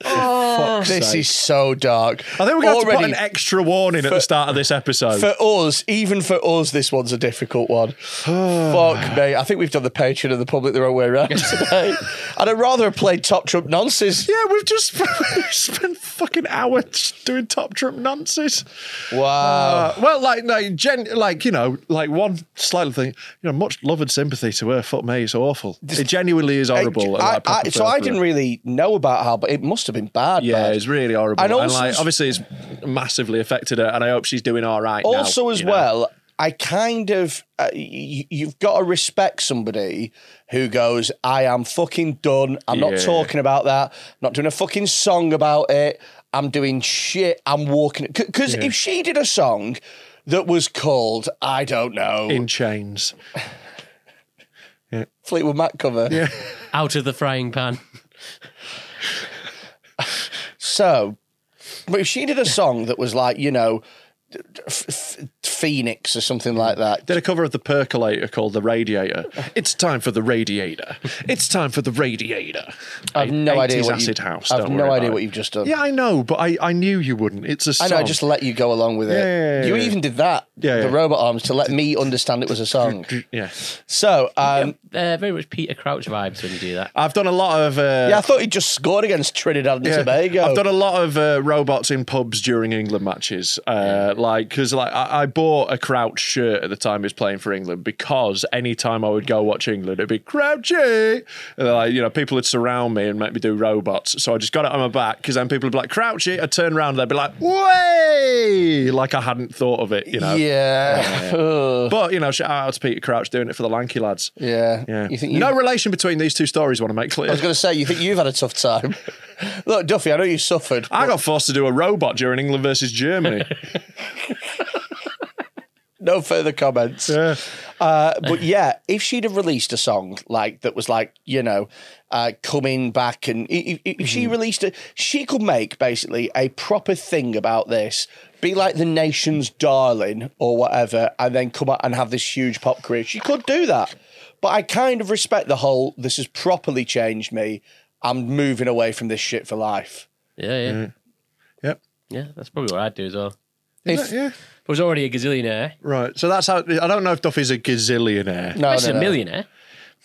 Speaker 6: For fuck's
Speaker 5: Oh, this
Speaker 6: sake.
Speaker 5: is so dark.
Speaker 6: I think we're going to have to put
Speaker 5: Already-
Speaker 6: an extra warning at the start of this episode.
Speaker 5: for us, even for us, this one's a difficult one. Fuck me. I think we've done the patron and the public the wrong way around today. and I'd rather have played Top Trump nonsense.
Speaker 6: yeah, we've just (laughs) spent fucking hours doing top trump nonsense.
Speaker 5: Wow.
Speaker 6: Uh, well, like, no, gen- like you know, like one slightly thing, you know, much love and sympathy to her. Fuck me, it's awful. it genuinely is horrible.
Speaker 5: I-
Speaker 6: like,
Speaker 5: I-
Speaker 6: proper
Speaker 5: so I
Speaker 6: filth.
Speaker 5: didn't really know about how, but it must have been bad.
Speaker 6: Yeah,
Speaker 5: bad.
Speaker 6: it's really horrible.
Speaker 5: And
Speaker 6: And,
Speaker 5: also-
Speaker 6: like, obviously, it's massively affected her, and I hope she's doing all right. now,
Speaker 5: also as
Speaker 6: you know.
Speaker 5: well i kind of uh, y- you've got to respect somebody who goes i am fucking done i'm not
Speaker 6: Yeah.
Speaker 5: talking about that not doing a fucking song about it i'm doing shit i'm walking because if she did a song that was called i don't know
Speaker 6: in chains.
Speaker 5: fleetwood mac cover
Speaker 7: Out of the frying pan.
Speaker 5: so but if she did a song that was like you know F- F- phoenix or something like that
Speaker 6: (laughs) Did a cover of the Percolator called "The Radiator." It's time for the Radiator. It's time for the Radiator.
Speaker 5: i've no idea
Speaker 6: 80s
Speaker 5: what
Speaker 6: acid
Speaker 5: you,
Speaker 6: house.
Speaker 5: i've
Speaker 6: don't
Speaker 5: no
Speaker 6: worry
Speaker 5: idea
Speaker 6: about
Speaker 5: what
Speaker 6: it.
Speaker 5: you've just done
Speaker 6: Yeah, I know, but I, I knew you wouldn't. It's a song.
Speaker 5: I know, I just let you go along with it.
Speaker 6: Yeah, yeah, yeah,
Speaker 5: you
Speaker 6: yeah.
Speaker 5: even did that,
Speaker 6: Yeah,
Speaker 5: the
Speaker 6: yeah.
Speaker 5: robot arms, to let me understand it was a
Speaker 6: (laughs)
Speaker 5: song.
Speaker 6: yeah.
Speaker 5: So, um,
Speaker 7: Uh, very much Peter Crouch vibes when you do that.
Speaker 6: I've done a lot of. Uh,
Speaker 5: yeah, I thought he just scored against Trinidad and
Speaker 6: Yeah.
Speaker 5: Tobago.
Speaker 6: I've done a lot of uh, robots in pubs during England matches, uh, that like because like I, I bought a Crouch shirt at the time he was playing for England because anytime I would go watch England it'd be Crouchy and they're like you know people would surround me and make me do robots so I just got it on my back because then people would be like Crouchy I'd turn around and they'd be like way like I hadn't thought of it you know
Speaker 5: yeah. Ugh.
Speaker 6: but you know shout out to Peter Crouch doing it for the lanky lads
Speaker 5: yeah.
Speaker 6: yeah
Speaker 5: You think you,
Speaker 6: no relation between these two stories want to make (laughs) clear
Speaker 5: I was going to say, you think you've had a tough time? (laughs) Look, Duffy, I know you suffered.
Speaker 6: I got forced to do a robot during England
Speaker 5: (laughs)
Speaker 6: versus Germany
Speaker 5: No further comments.
Speaker 6: yeah
Speaker 5: Uh, but yeah, if she'd have released a song like that was like you know, uh, coming back, and if, if if she
Speaker 6: Mm-hmm.
Speaker 5: released it, she could make basically a proper thing about this, be like the nation's darling or whatever, and then come out and have this huge pop career. She could do that, but I kind of respect the whole. This has properly changed me. I'm moving away from this shit for life.
Speaker 7: Yeah, yeah.
Speaker 6: yep
Speaker 7: Yeah, that's probably what I'd do as well.
Speaker 5: If,
Speaker 6: yeah
Speaker 7: If I was already a gazillionaire.
Speaker 6: Right. So that's how I don't know if Duffy's a gazillionaire.
Speaker 5: no,
Speaker 7: That's
Speaker 5: no,
Speaker 7: a
Speaker 5: no.
Speaker 7: millionaire.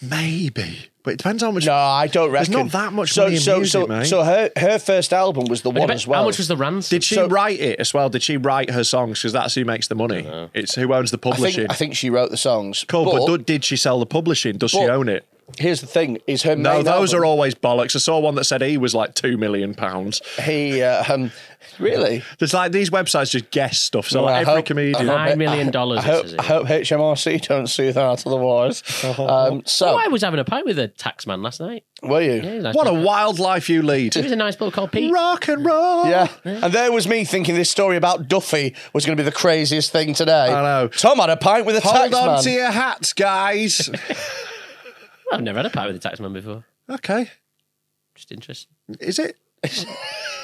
Speaker 6: Maybe. But it depends how much
Speaker 5: No, I don't
Speaker 6: There's
Speaker 5: reckon.
Speaker 6: not that much money in
Speaker 5: so,
Speaker 6: music,
Speaker 5: so,
Speaker 6: mate.
Speaker 5: so her her first album was the
Speaker 7: I
Speaker 5: one
Speaker 7: bet-
Speaker 5: as well.
Speaker 7: How much was the ransom?
Speaker 6: did she
Speaker 5: so-
Speaker 6: write it as well? Did she write her songs? Because that's who makes the money. It's who owns the
Speaker 5: I
Speaker 6: publishing.
Speaker 5: think, I think she wrote the songs.
Speaker 6: cool, but,
Speaker 5: but
Speaker 6: do- did she sell the publishing? Does she
Speaker 5: but-
Speaker 6: own it?
Speaker 5: here's the thing: is her
Speaker 6: No,
Speaker 5: main
Speaker 6: those
Speaker 5: album-
Speaker 6: are always bollocks. I saw one that said he was like two million pounds.
Speaker 5: He uh, um, really.
Speaker 6: There's like these websites just guess stuff. So
Speaker 5: Well,
Speaker 6: like
Speaker 5: I
Speaker 6: every
Speaker 5: hope-
Speaker 6: comedian,
Speaker 5: Uh, I hope-
Speaker 7: Nine million dollars.
Speaker 5: I
Speaker 7: it
Speaker 5: hope,
Speaker 7: says
Speaker 5: I
Speaker 7: here.
Speaker 5: hope HMRC don't sue them out of the
Speaker 6: (laughs)
Speaker 5: wars. Um, so
Speaker 7: Oh, I was having a pint with a tax man last night.
Speaker 5: were you?
Speaker 7: Yeah, he
Speaker 5: Yeah.
Speaker 7: was a nice
Speaker 6: what a
Speaker 7: bloke.
Speaker 6: wild life you lead.
Speaker 7: He
Speaker 5: (laughs)
Speaker 7: was a nice bloke called Pete.
Speaker 6: Rock and roll.
Speaker 5: and there was me thinking this story about Duffy was going to be the craziest thing today.
Speaker 6: I know.
Speaker 5: Tom had a pint with a
Speaker 6: Hold
Speaker 5: tax
Speaker 6: on
Speaker 5: man.
Speaker 6: to your hats,
Speaker 5: (laughs)
Speaker 6: guys.
Speaker 7: I've never had a pint with a tax man before.
Speaker 6: okay.
Speaker 7: Just interesting.
Speaker 6: Is
Speaker 5: (laughs)
Speaker 6: it?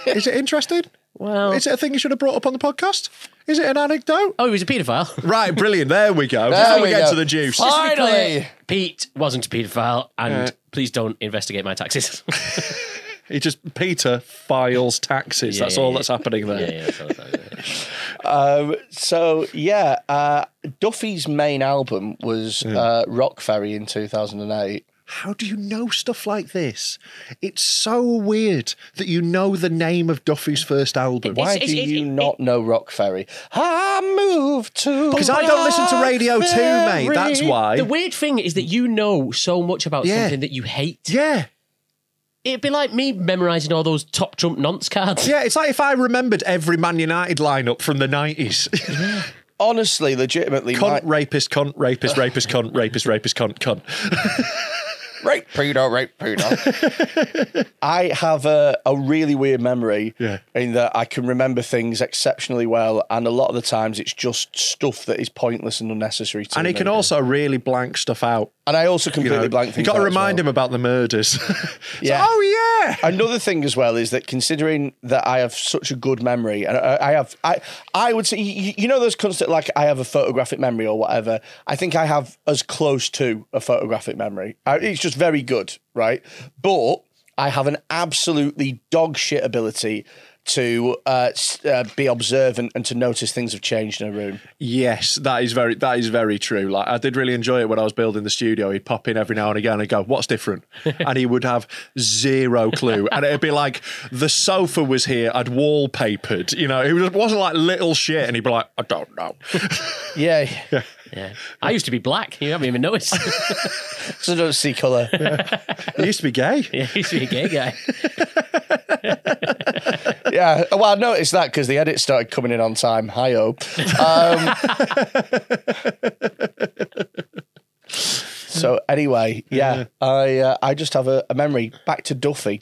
Speaker 6: Is it interesting?
Speaker 7: Well,
Speaker 6: Is it a thing you should have brought up on the podcast? Is it an anecdote?
Speaker 7: oh, he was a paedophile.
Speaker 6: Right, brilliant. There we go.
Speaker 5: There
Speaker 6: Before we,
Speaker 5: we
Speaker 6: get
Speaker 5: go.
Speaker 6: to the juice.
Speaker 5: Fuck.
Speaker 7: Just to be clear,
Speaker 5: Finally.
Speaker 7: Pete wasn't a paedophile, and please don't investigate my taxes. (laughs)
Speaker 6: He just Peter files taxes.
Speaker 7: Yeah,
Speaker 6: that's
Speaker 7: yeah,
Speaker 6: all
Speaker 7: yeah.
Speaker 6: that's happening
Speaker 7: yeah,
Speaker 6: there.
Speaker 7: yeah, that's all I thought, yeah.
Speaker 5: Um, so yeah, uh, Duffy's main album was uh, Rock Ferry in 2008.
Speaker 6: How do you know stuff like this? It's so weird that you know the name of Duffy's first album.
Speaker 5: Why
Speaker 7: It's-
Speaker 5: do
Speaker 7: it's-
Speaker 5: you
Speaker 7: it-
Speaker 5: not know Rock Ferry? I moved to
Speaker 6: Because I don't listen to
Speaker 5: Rock
Speaker 6: Radio 2,
Speaker 5: Ferry.
Speaker 6: mate. That's why.
Speaker 7: The weird thing is that you know so much about
Speaker 6: Yeah.
Speaker 7: something that you hate.
Speaker 6: yeah.
Speaker 7: It'd be like me memorizing all those top Trump nonce cards.
Speaker 6: Yeah, it's like if I remembered every Man United lineup from the (laughs) 90s.
Speaker 5: Honestly, legitimately,
Speaker 6: cunt,
Speaker 5: my,
Speaker 6: rapist, cunt, rapist, rapist, cunt, rapist, rapist, cunt,
Speaker 7: (laughs)
Speaker 6: cunt.
Speaker 5: rape pedo, rape pedo. I have a, a really weird memory
Speaker 6: Yeah.
Speaker 5: in that I can remember things exceptionally well, and a lot of the times it's just stuff that is pointless and unnecessary. To
Speaker 6: And he
Speaker 5: me.
Speaker 6: can also really blank stuff out.
Speaker 5: and I also completely blank
Speaker 6: you
Speaker 5: things.
Speaker 6: got to
Speaker 5: out as
Speaker 6: remind
Speaker 5: well.
Speaker 6: him about the murders. (laughs)
Speaker 5: Yeah.
Speaker 6: yeah. oh yeah.
Speaker 5: Another thing as well is that considering that I have such a good memory, and I, I have, I, I would say, you, you know, those constant like I have a photographic memory or whatever. I think I have as close to a photographic memory. I, it's just very good, right? But I have an absolutely dog shit ability to uh, s- uh, be observant and to notice things have changed in a room.
Speaker 6: Yes, that is very that is very true. Like I did really enjoy it when I was building the studio. He'd pop in every now and again and go, "What's (laughs) different?" and he would have zero clue. And it'd be like, "The sofa was here. I'd wallpapered." You know, it wasn't like little shit. And he'd be like, "I don't know."
Speaker 5: (laughs) Yeah,
Speaker 7: Yeah. I used to be black. You haven't even noticed.
Speaker 5: because I don't see colour.
Speaker 6: (laughs) he used to be gay.
Speaker 7: yeah, I used to be a gay guy.
Speaker 5: Yeah, well, I noticed that because the edit started coming in on time. Hi, um, (laughs) So anyway, yeah, I uh, I just have a, a memory back to Duffy.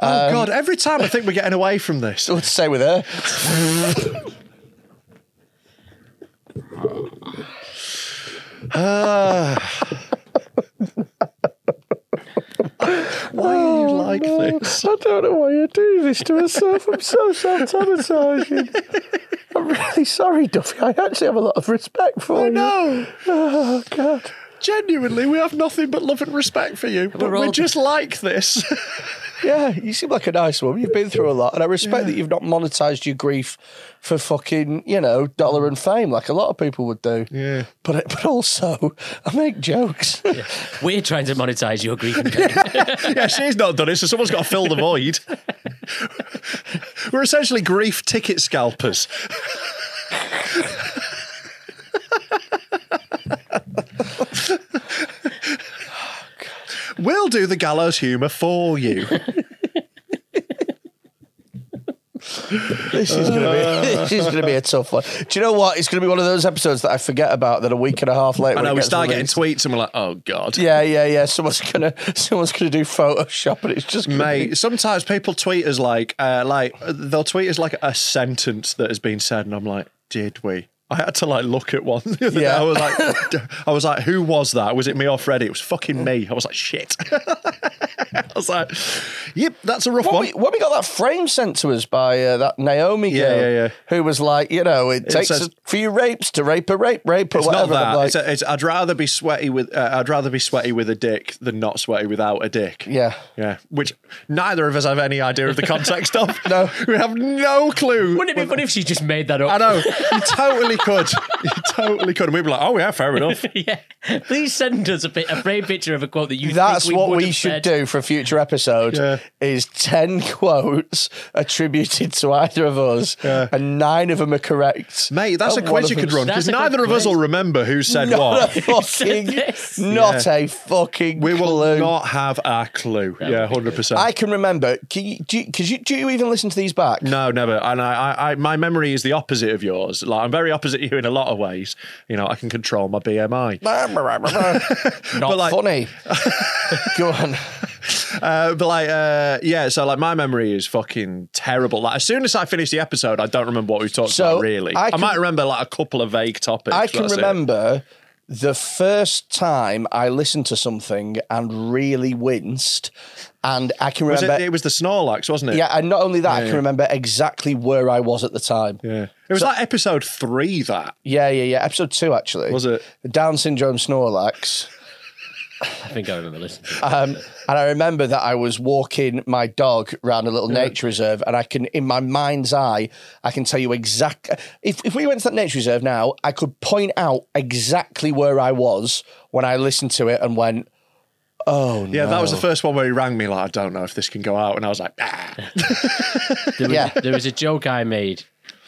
Speaker 6: oh God! Every time I think we're getting away from (laughs) this.
Speaker 5: So let's stay with her.
Speaker 6: Ah. Why do you like this?
Speaker 5: I don't know why you do this to yourself. I'm so self sabotaging. (laughs) I'm really sorry, Duffy. I actually have a lot of respect for you.
Speaker 6: No,
Speaker 5: Oh God.
Speaker 6: genuinely, we have nothing but love and respect for you. But
Speaker 7: We're
Speaker 6: we're
Speaker 7: all-
Speaker 6: just like this.
Speaker 5: Yeah, you seem like a nice woman. You've been through a lot, and I respect that you've not monetized your grief for fucking, you know, dollar and fame like a lot of people would do.
Speaker 6: Yeah.
Speaker 5: But but also, I make
Speaker 6: (laughs)
Speaker 5: jokes.
Speaker 7: We're trying to monetize your grief. and pain.
Speaker 6: (laughs) yeah, she's not done it, so someone's got to fill the void. (laughs) We're essentially grief ticket scalpers. We'll do the gallows humour for (laughs) you.
Speaker 5: This is gonna be (laughs) this is gonna be a tough one. Do you know what? It's gonna be one of those episodes that I forget about that a week and a half later.
Speaker 6: I
Speaker 5: when
Speaker 6: know
Speaker 5: it
Speaker 6: we
Speaker 5: gets
Speaker 6: start getting
Speaker 5: released.
Speaker 6: tweets and we're like, oh god.
Speaker 5: Yeah, yeah, yeah. Someone's gonna someone's gonna do Photoshop and it's just gonna
Speaker 6: Mate, sometimes people tweet us like, uh, like they'll tweet us like a sentence that has been said, and I'm like, did we? I had to like look at one. (laughs) The other day.
Speaker 5: Yeah.
Speaker 6: I was like, (laughs) I was like, who was that? Was it me or Freddie? It was fucking me. I was like, shit. (laughs) I was like, yep, that's a rough
Speaker 5: When
Speaker 6: one.
Speaker 5: we, when we got that frame sent to us by uh, that Naomi
Speaker 6: Yeah,
Speaker 5: girl,
Speaker 6: yeah, yeah.
Speaker 5: who was like, you know, it, takes
Speaker 6: says-
Speaker 5: a few rapes to rape a rape rape or
Speaker 6: It's
Speaker 5: whatever.
Speaker 6: not
Speaker 5: I'm
Speaker 6: that.
Speaker 5: like,
Speaker 6: it's a, it's, I'd rather be sweaty with. Uh, I'd rather be sweaty with a dick than not sweaty without a dick.
Speaker 5: Yeah.
Speaker 6: yeah. Which neither of us have any idea of the context of.
Speaker 5: (laughs) No.
Speaker 6: we have no clue.
Speaker 7: Wouldn't it be funny if she just made that
Speaker 6: I
Speaker 7: up?
Speaker 6: know. You totally could. You totally could. And we'd be like, oh yeah, fair enough.
Speaker 7: (laughs) yeah. Please send us a, bit, a frame picture of a quote that you.
Speaker 5: that's
Speaker 7: think we
Speaker 5: what
Speaker 7: would
Speaker 5: we
Speaker 7: have
Speaker 5: should
Speaker 7: said.
Speaker 5: do for a future episode
Speaker 6: Yeah.
Speaker 5: is 10 (laughs) quotes attributed to either of us and nine of them are correct
Speaker 6: (laughs) Mate, that's
Speaker 5: And
Speaker 6: a
Speaker 5: one
Speaker 6: quiz you
Speaker 5: of
Speaker 6: could
Speaker 5: them's (laughs)
Speaker 6: run because
Speaker 7: That's a good
Speaker 6: neither of us
Speaker 7: quiz.
Speaker 6: will remember who said
Speaker 5: not
Speaker 6: what.
Speaker 5: a fucking
Speaker 7: this.
Speaker 5: not a fucking (laughs)
Speaker 6: We will
Speaker 5: clue.
Speaker 6: not have a clue. yeah, hundred
Speaker 5: I
Speaker 6: percent.
Speaker 5: can remember can you, do, you, 'cause you, do you even listen to these back (laughs)
Speaker 6: No, never. And I, I, I, my memory is the opposite of yours. Like I'm very opposite you in a lot of ways. You know, I can control my BMI.
Speaker 5: not
Speaker 6: like-
Speaker 5: funny
Speaker 6: (laughs)
Speaker 5: go on
Speaker 6: Uh, but like, uh, yeah. So like, my memory is fucking terrible. Like, as soon as I finish the episode, I don't remember what we've talked
Speaker 5: So,
Speaker 6: about. Really,
Speaker 5: I
Speaker 6: I,
Speaker 5: can-
Speaker 6: might remember like a couple of vague topics.
Speaker 5: I can
Speaker 6: that's it.
Speaker 5: remember the first time I listened to something and really winced. And I can
Speaker 6: Was
Speaker 5: remember.
Speaker 6: it, it was the Snorlax, wasn't it?
Speaker 5: yeah, and not only that, I can remember exactly where I was at the time.
Speaker 6: Yeah. It was like episode three, that.
Speaker 5: Yeah, yeah, yeah. Episode two, actually.
Speaker 6: Was it?
Speaker 5: Down syndrome Snorlax.
Speaker 7: I think I remember listening. To that.
Speaker 5: Um, and I remember that I was walking my dog around a little nature reserve, and I can, in my mind's eye, I can tell you exactly. If, if we went to that nature reserve now, I could point out exactly where I was when I listened to it and went, oh,
Speaker 6: Yeah, that was the first one where he rang me, like, I don't know if this can go out. And I was like, ah.
Speaker 7: There was,
Speaker 5: yeah.
Speaker 7: there was a joke I made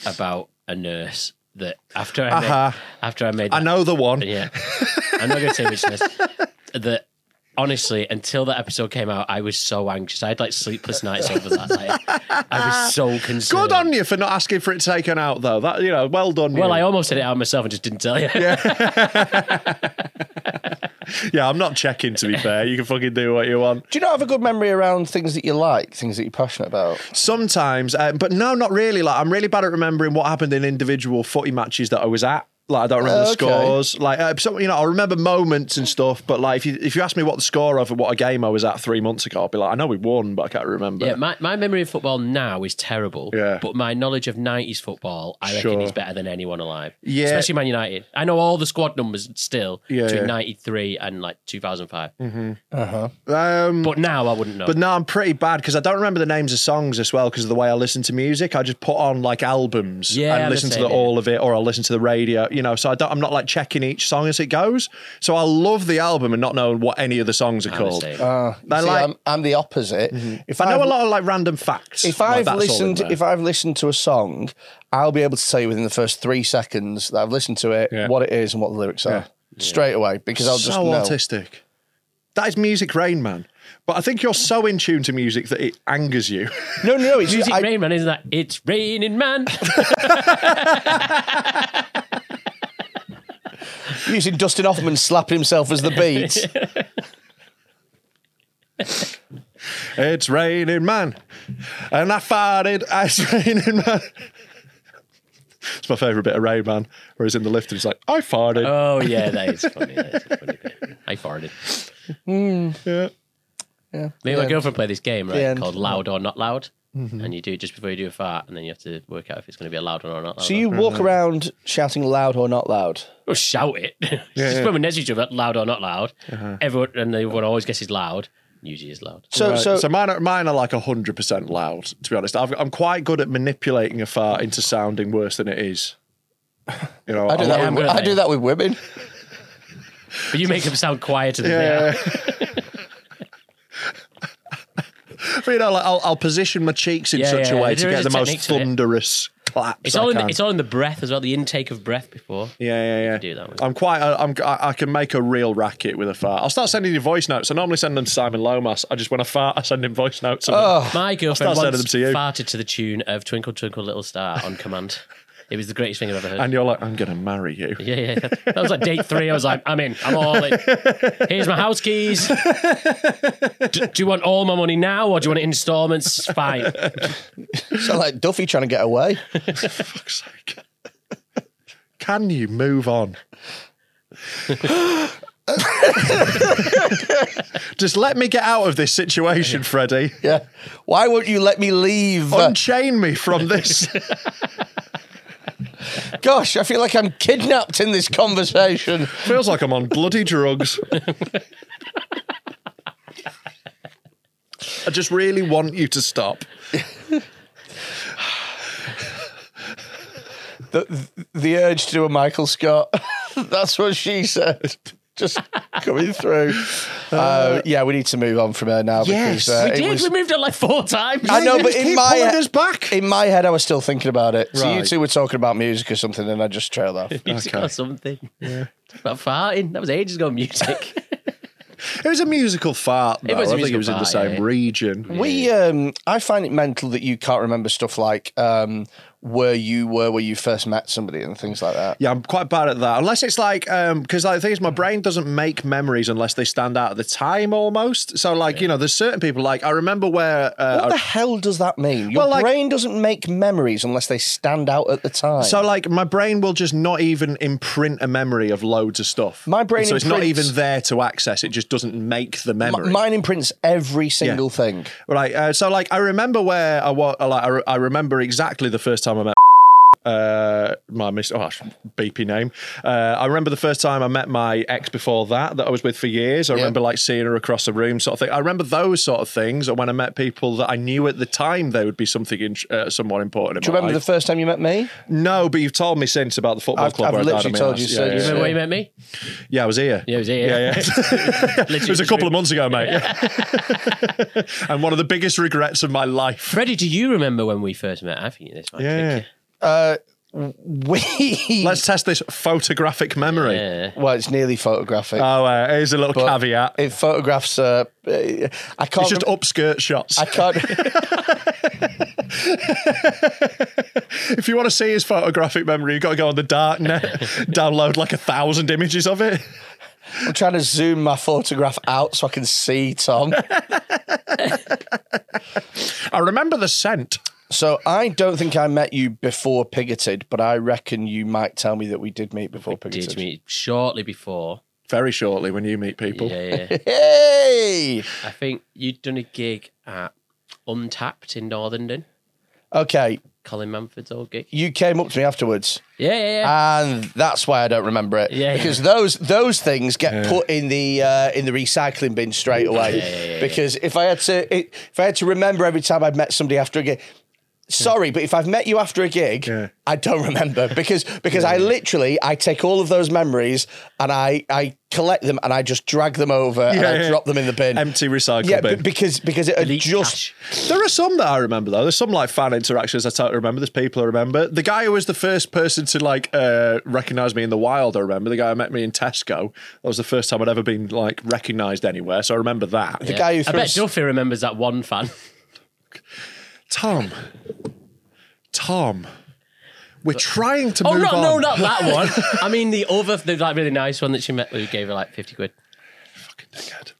Speaker 7: about a nurse that after I made,
Speaker 6: Uh-huh.
Speaker 7: after I made
Speaker 6: I
Speaker 7: that-
Speaker 6: know the one.
Speaker 7: (laughs) Yeah. I'm not going to say which nurse. That honestly, until that episode came out, I was so anxious. I had like sleepless nights over that. Like, I was so concerned.
Speaker 6: Good on you for not asking for it taken out, though. That you know, well done.
Speaker 7: Well, I
Speaker 6: you.
Speaker 7: almost said it out myself and just didn't tell you.
Speaker 6: yeah, I'm not checking.
Speaker 7: (laughs)
Speaker 6: To be fair, you can fucking do what you want.
Speaker 5: Do you not have a good memory around things that you like, things that you're passionate about?
Speaker 6: Sometimes, um, but no, not really. Like, I'm really bad at remembering what happened in individual footy matches that I was at. Like, I don't remember the
Speaker 5: Okay.
Speaker 6: scores. Like, uh, so, you know, I remember moments and stuff. But like, if you if you ask me what the score of what a game I was at three months ago, I'll be like, I know we won, but I can't remember.
Speaker 7: Yeah, my, my memory of football now is terrible.
Speaker 6: Yeah.
Speaker 7: But my knowledge of 90s football, I reckon,
Speaker 6: Sure.
Speaker 7: is better than anyone alive.
Speaker 6: Yeah.
Speaker 7: Especially Man United. I know all the squad numbers still
Speaker 6: Yeah,
Speaker 7: between
Speaker 6: yeah.
Speaker 7: 93 and like 2005.
Speaker 6: um,
Speaker 7: But now I wouldn't know.
Speaker 6: But no, I'm pretty bad because I don't remember the names of songs as well because of the way I listen to music. I just put on like albums
Speaker 7: Yeah, I'm
Speaker 6: and
Speaker 7: the
Speaker 6: listen to
Speaker 7: same,
Speaker 6: the,
Speaker 7: yeah.
Speaker 6: all of it, or I'll listen to the radio. You know, so I don't. I'm not like checking each song as it goes. So I love the album and not knowing what any of the songs are
Speaker 7: I'm the
Speaker 6: called.
Speaker 7: same.
Speaker 6: I
Speaker 5: See,
Speaker 6: like-
Speaker 5: I'm, I'm the opposite. If
Speaker 6: I
Speaker 5: I've-
Speaker 6: know a lot of like random facts.
Speaker 5: If
Speaker 6: Like,
Speaker 5: I've
Speaker 6: that's all in
Speaker 5: listened,
Speaker 6: there.
Speaker 5: if I've listened to a song, I'll be able to tell you within the first three seconds that I've listened to it,
Speaker 6: Yeah.
Speaker 5: what it is, and what the lyrics are straight away because I'll just
Speaker 6: so
Speaker 5: know.
Speaker 6: autistic. That is music rain, man. But I think you're so in tune to music that it angers you. (laughs)
Speaker 5: No, no, no. It's
Speaker 7: Music
Speaker 5: I,
Speaker 7: Rain Man, isn't that? It's raining, man.
Speaker 5: using Dustin Hoffman slapping himself as the
Speaker 7: (laughs)
Speaker 5: beat.
Speaker 6: It's raining, man. And I farted. It's (laughs) raining, man. It's my favourite bit of Rain Man, where he's in the lift and he's like, I farted.
Speaker 7: oh, yeah, that is funny. That is
Speaker 6: (laughs)
Speaker 7: a funny bit. I farted.
Speaker 6: yeah.
Speaker 7: Me and my girlfriend play this game,
Speaker 5: Hmm. The
Speaker 7: right?
Speaker 5: end.
Speaker 7: Called Loud or Not Loud.
Speaker 6: Mm-hmm.
Speaker 7: And you do it just before you do a fart, and then you have to work out if it's going to be a loud one or not loud.
Speaker 5: so you walk around shouting loud or not loud.
Speaker 7: Well, shout it. (laughs) It's just when we next to each other, loud or not loud.
Speaker 6: Uh-huh.
Speaker 7: Everyone and everyone always guesses loud. Usually is loud.
Speaker 5: So, so,
Speaker 6: So, mine, are, mine are like 100% loud, to be honest. I've, I'm quite good at manipulating a fart into sounding worse than it is. You
Speaker 7: (laughs)
Speaker 6: know,
Speaker 5: I do that.
Speaker 6: I'm like-
Speaker 7: Oh, I'm
Speaker 5: with,
Speaker 7: good at
Speaker 5: I do
Speaker 7: it.
Speaker 5: that with women.
Speaker 7: But you make them sound quieter
Speaker 6: (laughs)
Speaker 7: than
Speaker 6: Yeah.
Speaker 7: they are.
Speaker 6: (laughs) you know, like I'll, I'll position my cheeks in
Speaker 7: Yeah,
Speaker 6: such
Speaker 7: yeah,
Speaker 6: a way
Speaker 7: yeah.
Speaker 6: to
Speaker 7: There
Speaker 6: get
Speaker 7: is
Speaker 6: the
Speaker 7: a
Speaker 6: most
Speaker 7: technique to it.
Speaker 6: thunderous claps.
Speaker 7: It's
Speaker 6: I
Speaker 7: all in the,
Speaker 6: can.
Speaker 7: it's all in the breath as well. The intake of breath before.
Speaker 6: Yeah, yeah, yeah.
Speaker 7: could do that one.
Speaker 6: I'm quite. I, I'm. I, I can make a real racket with a fart. I'll start sending you voice notes. I normally send them to Simon Lomas. I just when I fart, I send him voice notes. Oh.
Speaker 7: My girlfriend
Speaker 6: start sending
Speaker 7: once
Speaker 6: them to you.
Speaker 7: farted to the tune of "Twinkle Twinkle Little Star" on command. It was the greatest thing I've ever heard.
Speaker 6: And you're like, I'm gonna marry you.
Speaker 7: yeah, yeah. That was like date three. I was like, I'm in. I'm all in. Here's my house keys. Do, do you want all my money now or do you want it in installments? Fine.
Speaker 5: Sound like Duffy trying to get away.
Speaker 6: Fuck's sake. (laughs) Can you move on? (laughs) Just let me get out of this situation, Freddie.
Speaker 5: Yeah. Why won't you let me leave?
Speaker 6: Unchain me from
Speaker 7: (laughs)
Speaker 6: this.
Speaker 5: (laughs) Gosh, I feel like I'm kidnapped in this conversation.
Speaker 6: Feels like I'm on bloody
Speaker 7: (laughs)
Speaker 6: drugs. I just really want you to stop.
Speaker 5: The, the urge to do a Michael Scott. (laughs) That's what she said. Just coming through. (laughs) Uh, yeah, we need to move on from her now.
Speaker 6: Yes,
Speaker 5: because, uh,
Speaker 6: we
Speaker 5: it
Speaker 7: Did
Speaker 5: was-
Speaker 7: we moved it like four times?
Speaker 5: I know,
Speaker 6: You
Speaker 5: but
Speaker 6: just
Speaker 5: in
Speaker 6: keep
Speaker 5: my- uh,
Speaker 6: pulling us back.
Speaker 5: In my head, I was still thinking about it. So you
Speaker 6: Right.
Speaker 5: two were talking about music or something, and I just trailed
Speaker 6: (laughs)
Speaker 5: off.
Speaker 7: (laughs) Music
Speaker 6: Okay.
Speaker 7: or something. About farting. That was ages ago. Music.
Speaker 5: (laughs)
Speaker 6: It was a musical fart. Though.
Speaker 7: was a
Speaker 6: I think it
Speaker 7: musical
Speaker 6: was in the
Speaker 7: fart,
Speaker 6: same
Speaker 7: yeah.
Speaker 6: region.
Speaker 5: We, um, I find it mental that you can't remember stuff like um, where you were when you first met somebody and things like that.
Speaker 6: Yeah, I'm quite bad at that. Unless it's like, um, because like the thing is, my brain doesn't make memories unless they stand out at the time almost. So like, you know, there's certain people like I remember where. Uh,
Speaker 5: What the hell does that mean? Your
Speaker 6: Well, like-
Speaker 5: brain doesn't make memories unless they stand out at the time.
Speaker 6: so like my brain will just not even imprint a memory of loads of stuff.
Speaker 5: My brain
Speaker 6: so it's not
Speaker 5: imprints-
Speaker 6: even there to access. It just doesn't make the
Speaker 5: M-
Speaker 6: memory.
Speaker 5: mine imprints every single thing.
Speaker 6: Right. Uh, so, like, I remember where I was. Like, I, re- I remember exactly the first time I met. Uh, my miss, oh, that's a beepy name. Uh, I remember the first time I met my ex before that, that I was with for years. I remember like seeing her across the room, sort of thing. I remember those sort of things. And when I met people that I knew at the time, they would be something in, uh, somewhat important.
Speaker 5: Do you remember the first time you met me?
Speaker 6: no, but you've told me since about the football
Speaker 5: I've-
Speaker 6: club.
Speaker 5: I've
Speaker 6: where I died
Speaker 5: literally
Speaker 6: on my
Speaker 5: told
Speaker 6: arse.
Speaker 5: you
Speaker 6: Yeah,
Speaker 5: so,
Speaker 6: yeah,
Speaker 5: you
Speaker 6: yeah.
Speaker 7: Remember where you met me?
Speaker 6: Yeah, I was here.
Speaker 7: Yeah, it was here.
Speaker 6: Yeah,
Speaker 5: (laughs)
Speaker 6: yeah. it was a
Speaker 7: just
Speaker 6: couple of
Speaker 7: re-
Speaker 6: months ago, mate. (laughs) and one of the biggest regrets of my life.
Speaker 7: Freddie, do you remember when we first met? I think this might
Speaker 6: Yeah.
Speaker 7: trick
Speaker 5: Uh, we. (laughs)
Speaker 6: Let's test this photographic memory.
Speaker 7: you. Yeah.
Speaker 5: well, it's nearly photographic.
Speaker 6: Oh, uh, here's a little
Speaker 5: but
Speaker 6: caveat.
Speaker 5: It photographs. Uh, I can't.
Speaker 6: It's just
Speaker 5: rem-
Speaker 6: upskirt shots.
Speaker 5: I can't.
Speaker 6: (laughs)
Speaker 5: (laughs)
Speaker 6: if you want to see his photographic memory, you've got to go on the dark net, download like a thousand images of it.
Speaker 5: I'm trying to zoom my photograph out so I can see Tom.
Speaker 6: I remember the scent.
Speaker 5: So I don't think I met you before Pigoted, but I reckon you might tell me that we did meet before Pigoted.
Speaker 7: Did meet shortly before.
Speaker 6: Very shortly when you meet people.
Speaker 7: Yeah, yeah.
Speaker 5: (laughs) Hey!
Speaker 7: I think you'd done a gig at Untapped in Northenden,
Speaker 5: Okay,
Speaker 7: Colin Manford's old gig.
Speaker 5: you came up to me afterwards,
Speaker 7: Yeah, yeah,
Speaker 5: Uh,
Speaker 7: yeah.
Speaker 5: and that's why I don't remember it.
Speaker 7: Yeah, yeah.
Speaker 5: because those those things get put in the uh, in the recycling bin straight away. because if I had to if I had to remember every time I'd met somebody after a gig. Sorry, but if I've met you after a gig,
Speaker 6: Yeah.
Speaker 5: I don't remember because because I literally I take all of those memories and I I collect them and I just drag them over and I
Speaker 6: Yeah.
Speaker 5: drop them in the bin.
Speaker 6: Empty recycle
Speaker 5: yeah,
Speaker 6: bin.
Speaker 5: b- because because it had
Speaker 7: Elite
Speaker 5: just
Speaker 7: Cash.
Speaker 6: There are some that I remember though. There's some like fan interactions I totally remember. There's people I remember. The guy who was the first person to like uh, recognize me in the wild, I remember. The guy who met me in Tesco. That was the first time I'd ever been like recognized anywhere. So I remember that.
Speaker 5: the guy who
Speaker 7: I
Speaker 5: threw
Speaker 7: bet
Speaker 5: us-
Speaker 7: Duffy remembers that one fan.
Speaker 6: Tom. Tom. We're trying to
Speaker 7: Oh
Speaker 6: move
Speaker 7: no,
Speaker 6: on.
Speaker 7: no, not
Speaker 6: (laughs)
Speaker 7: that one. I mean the other, the like really nice one that she met. We gave her like fifty quid.
Speaker 6: Fucking dickhead.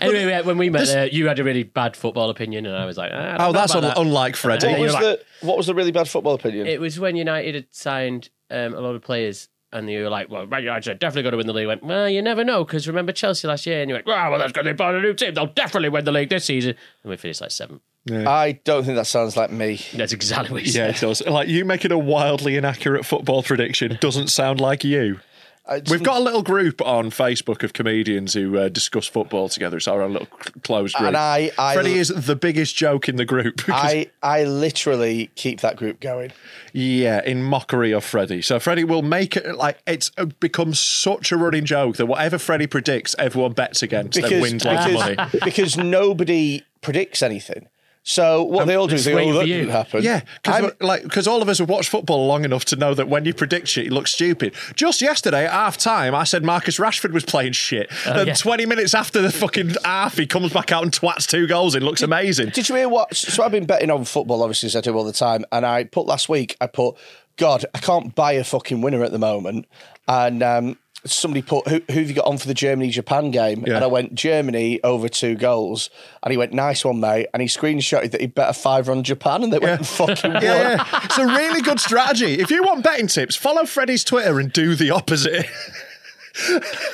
Speaker 7: Anyway, we- when we met there, you had a really bad football opinion, and I was like, ah, I don't
Speaker 6: Oh,
Speaker 7: know
Speaker 6: that's un-
Speaker 7: about that.
Speaker 6: unlike Freddie.
Speaker 7: Yeah,
Speaker 5: What was
Speaker 7: you're
Speaker 5: the what was the really bad football opinion?
Speaker 7: It was when United had signed um, a lot of players, and they were like, "Well, Man United are definitely going to win the league." I went, "Well, you never know, because remember Chelsea last year?" And you went, "Wow, well, that's going to be part of a new team. They'll definitely win the league this season." And we finished like seventh.
Speaker 5: I don't think that sounds like me.
Speaker 7: That's exactly what he
Speaker 6: yeah,
Speaker 7: said.
Speaker 6: it does. Like you making a wildly inaccurate football prediction doesn't sound like you.
Speaker 5: I just-
Speaker 6: We've got a little group on Facebook of comedians who uh, discuss football together. It's our own little c- closed group.
Speaker 5: And I- I-
Speaker 6: Freddie is the biggest joke in the group. (laughs) because-
Speaker 5: I I literally keep that group going.
Speaker 6: yeah, in mockery of Freddie. So Freddie will make it like it's uh, become such a running joke that whatever Freddie predicts, everyone bets against and wins lots of money.
Speaker 5: because, (laughs) because nobody predicts anything. So
Speaker 6: Um,
Speaker 5: what they all do is they go,
Speaker 7: waiting
Speaker 5: "Oh,
Speaker 7: for
Speaker 5: that
Speaker 7: you."
Speaker 5: didn't happen.
Speaker 6: Yeah,
Speaker 5: I'm-
Speaker 6: because like because all of us have watched football long enough to know that when you predict shit, it looks stupid. Just yesterday at half time, I said Marcus Rashford was playing shit.
Speaker 5: Oh,
Speaker 6: then
Speaker 7: yeah.
Speaker 6: twenty minutes after the fucking half, he comes back out and twats two goals. It looks amazing.
Speaker 5: Did you hear what? So I've been betting on football, obviously, as I do all the time. And I put last week, I put, God, I can't buy a fucking winner at the moment. And um, somebody put, who, who have you got on for the Germany Japan game?
Speaker 6: Yeah.
Speaker 5: And I went, Germany over two goals. And he went, nice one, mate. And he screenshotted that he bet a fiver on Japan and they went, fucking
Speaker 6: (laughs) Yeah, yeah. it's a really good strategy. If you want betting tips, follow Freddie's Twitter and do the opposite. (laughs)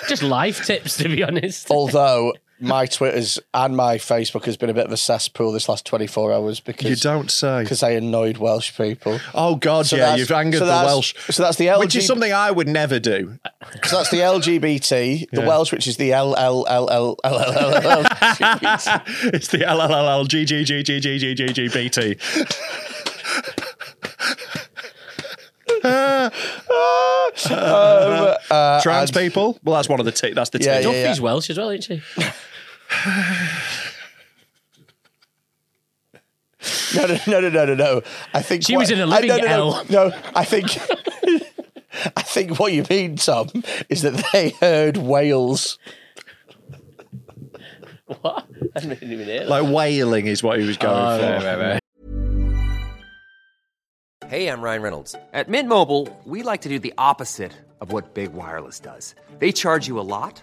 Speaker 7: Just life tips, to be honest.
Speaker 5: Although my Twitter's and my Facebook has been a bit of a cesspool this last 24 hours because.
Speaker 6: You don't say.
Speaker 5: Because I annoyed Welsh people.
Speaker 6: Oh God,
Speaker 5: So
Speaker 6: yeah,
Speaker 5: that's-
Speaker 6: you've angered
Speaker 5: so
Speaker 6: the
Speaker 5: that's-
Speaker 6: Welsh.
Speaker 5: so that's the
Speaker 6: which is
Speaker 5: LG
Speaker 6: something I would never do.
Speaker 5: So that's the LGBT, the Welsh, which is the L L L L L L L. L.
Speaker 6: it's the LLLLGGGGGGGGBT.
Speaker 5: Um, uh,
Speaker 6: Trans
Speaker 5: and-
Speaker 6: people? Well, that's one of the t- that's the
Speaker 5: Yeah,
Speaker 6: t-
Speaker 5: yeah,
Speaker 7: Duffy's Welsh as well, isn't she? (laughs)
Speaker 5: No, no, no, no, no, no, no. I think
Speaker 7: She was in a
Speaker 5: I- no,
Speaker 7: living
Speaker 5: no,
Speaker 7: L.
Speaker 5: No, no, I think. I think what you mean, Tom, is that they heard Wales.
Speaker 7: What? I didn't even hear that.
Speaker 6: like wailing is what he was going
Speaker 5: Oh,
Speaker 6: for.
Speaker 9: Hey, I'm Ryan Reynolds. At Mint Mobile, we like to do the opposite of what Big Wireless does. They charge you a lot,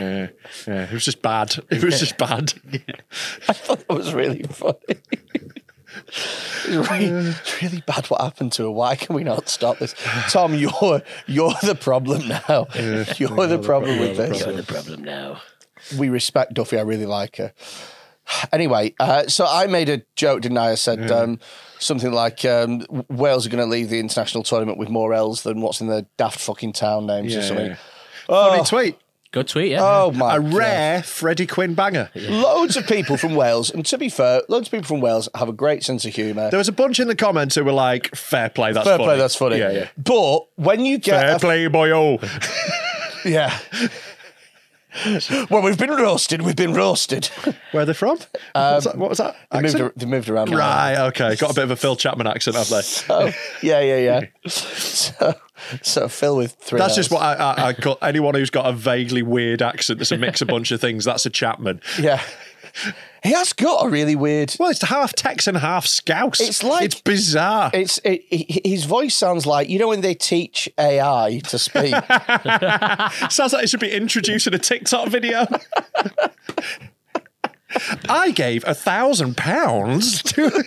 Speaker 6: Yeah, yeah, it was just bad. It was just
Speaker 5: (laughs)
Speaker 6: bad.
Speaker 5: I thought that was really funny. (laughs) It's really, really bad what happened to her. Why can we not stop this? Tom, you're you're the problem now. You're the problem with this.
Speaker 7: the problem now.
Speaker 5: we respect Duffy. I really like her. Anyway, uh, so I made a joke, didn't I? I said um, something like um, W- Wales are going to leave the international tournament with more L's than what's in their daft fucking town names or
Speaker 6: Yeah,
Speaker 5: something.
Speaker 6: yeah.
Speaker 5: Oh,
Speaker 6: Funny tweet.
Speaker 7: Good tweet, yeah.
Speaker 5: oh my!
Speaker 6: a
Speaker 5: God.
Speaker 6: rare Freddie Quinn banger.
Speaker 5: Loads of people from Wales, and to be fair, loads of people from Wales have a great sense of humour.
Speaker 6: There was a bunch in the comments who were like, "Fair play, that's
Speaker 5: fair
Speaker 6: funny.
Speaker 5: play, that's funny.
Speaker 6: Yeah, yeah.
Speaker 5: But when you get
Speaker 6: Fair
Speaker 5: a-
Speaker 6: play, oh. boyo.
Speaker 5: (laughs) yeah. well, we've been roasted. We've been
Speaker 6: (laughs)
Speaker 5: roasted.
Speaker 6: Where are they from? what was that? What was that?
Speaker 5: Um, they, moved,
Speaker 6: Accent?
Speaker 5: ar- they moved around.
Speaker 6: Right, okay. Got a bit of a Phil Chapman accent, have they?
Speaker 5: Oh, yeah, yeah, yeah. so, so Phil with three.
Speaker 6: That's just
Speaker 5: Ls.
Speaker 6: what I, I, I call anyone who's got a vaguely weird accent that's a mix of bunch of things. That's a Chapman.
Speaker 5: Yeah. He has got a really weird.
Speaker 6: Well, it's half Texan, half Scouse.
Speaker 5: It's like-
Speaker 6: it's bizarre.
Speaker 5: It's it, he- his voice sounds like you know when they teach AI to speak.
Speaker 6: Sounds like it should be introduced in a TikTok video. (laughs) I gave a thousand pounds to.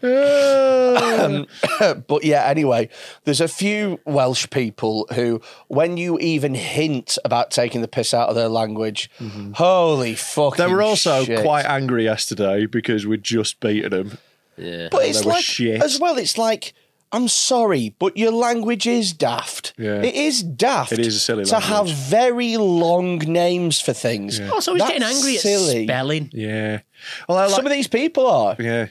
Speaker 6: Uh,
Speaker 5: (coughs) but yeah, anyway, there's a few Welsh people who, when you even hint about taking the piss out of their language, holy fuck!
Speaker 6: Mm-hmm. they were also quite angry yesterday because we'd just beaten them.
Speaker 5: But it's
Speaker 6: they were
Speaker 5: like
Speaker 6: shit.
Speaker 5: as well. It's like. I'm sorry, but your language is daft.
Speaker 6: Yeah.
Speaker 5: It is daft.
Speaker 6: It is a silly
Speaker 5: to have
Speaker 6: language.
Speaker 5: very long names for things.
Speaker 7: Also, Oh, he's
Speaker 5: That's
Speaker 7: getting angry at
Speaker 5: silly.
Speaker 7: spelling.
Speaker 6: Yeah. Although, like,
Speaker 5: Some of these people are.
Speaker 6: yeah.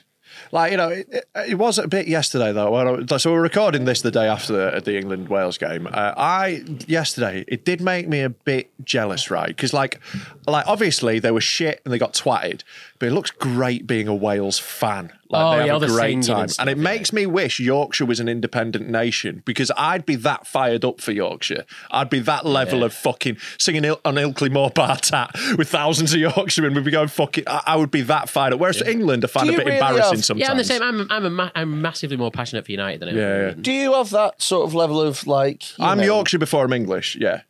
Speaker 6: Like you know, it, it- it was a bit yesterday though. When I, was- so we we're recording this the day after the, the England Wales game. Uh, I yesterday it did make me a bit jealous, right? Because like, like obviously they were shit and they got twatted, but it looks great being a Wales fan. Like
Speaker 7: Oh,
Speaker 6: they have
Speaker 7: yeah, all
Speaker 6: a
Speaker 7: the
Speaker 6: great
Speaker 7: singing and
Speaker 6: time,
Speaker 7: stuff,
Speaker 6: it
Speaker 7: yeah.
Speaker 6: makes me wish Yorkshire was an independent nation because I'd be that fired up for Yorkshire. I'd be that level of fucking singing Il- on Ilkley Moor Bar Tat with thousands of Yorkshiremen. We'd be going fucking. I, I would be that fired up. Whereas England, I find
Speaker 5: Do
Speaker 6: a
Speaker 5: you
Speaker 6: bit
Speaker 5: really
Speaker 6: embarrassing
Speaker 5: have-
Speaker 6: sometimes.
Speaker 7: Yeah, I'm the same. I'm I'm, a ma- I'm massively more passionate for United than I am.
Speaker 6: Yeah, yeah.
Speaker 5: Do you have that sort of level of like? you
Speaker 6: I'm
Speaker 5: know-
Speaker 6: Yorkshire before I'm English. Yeah,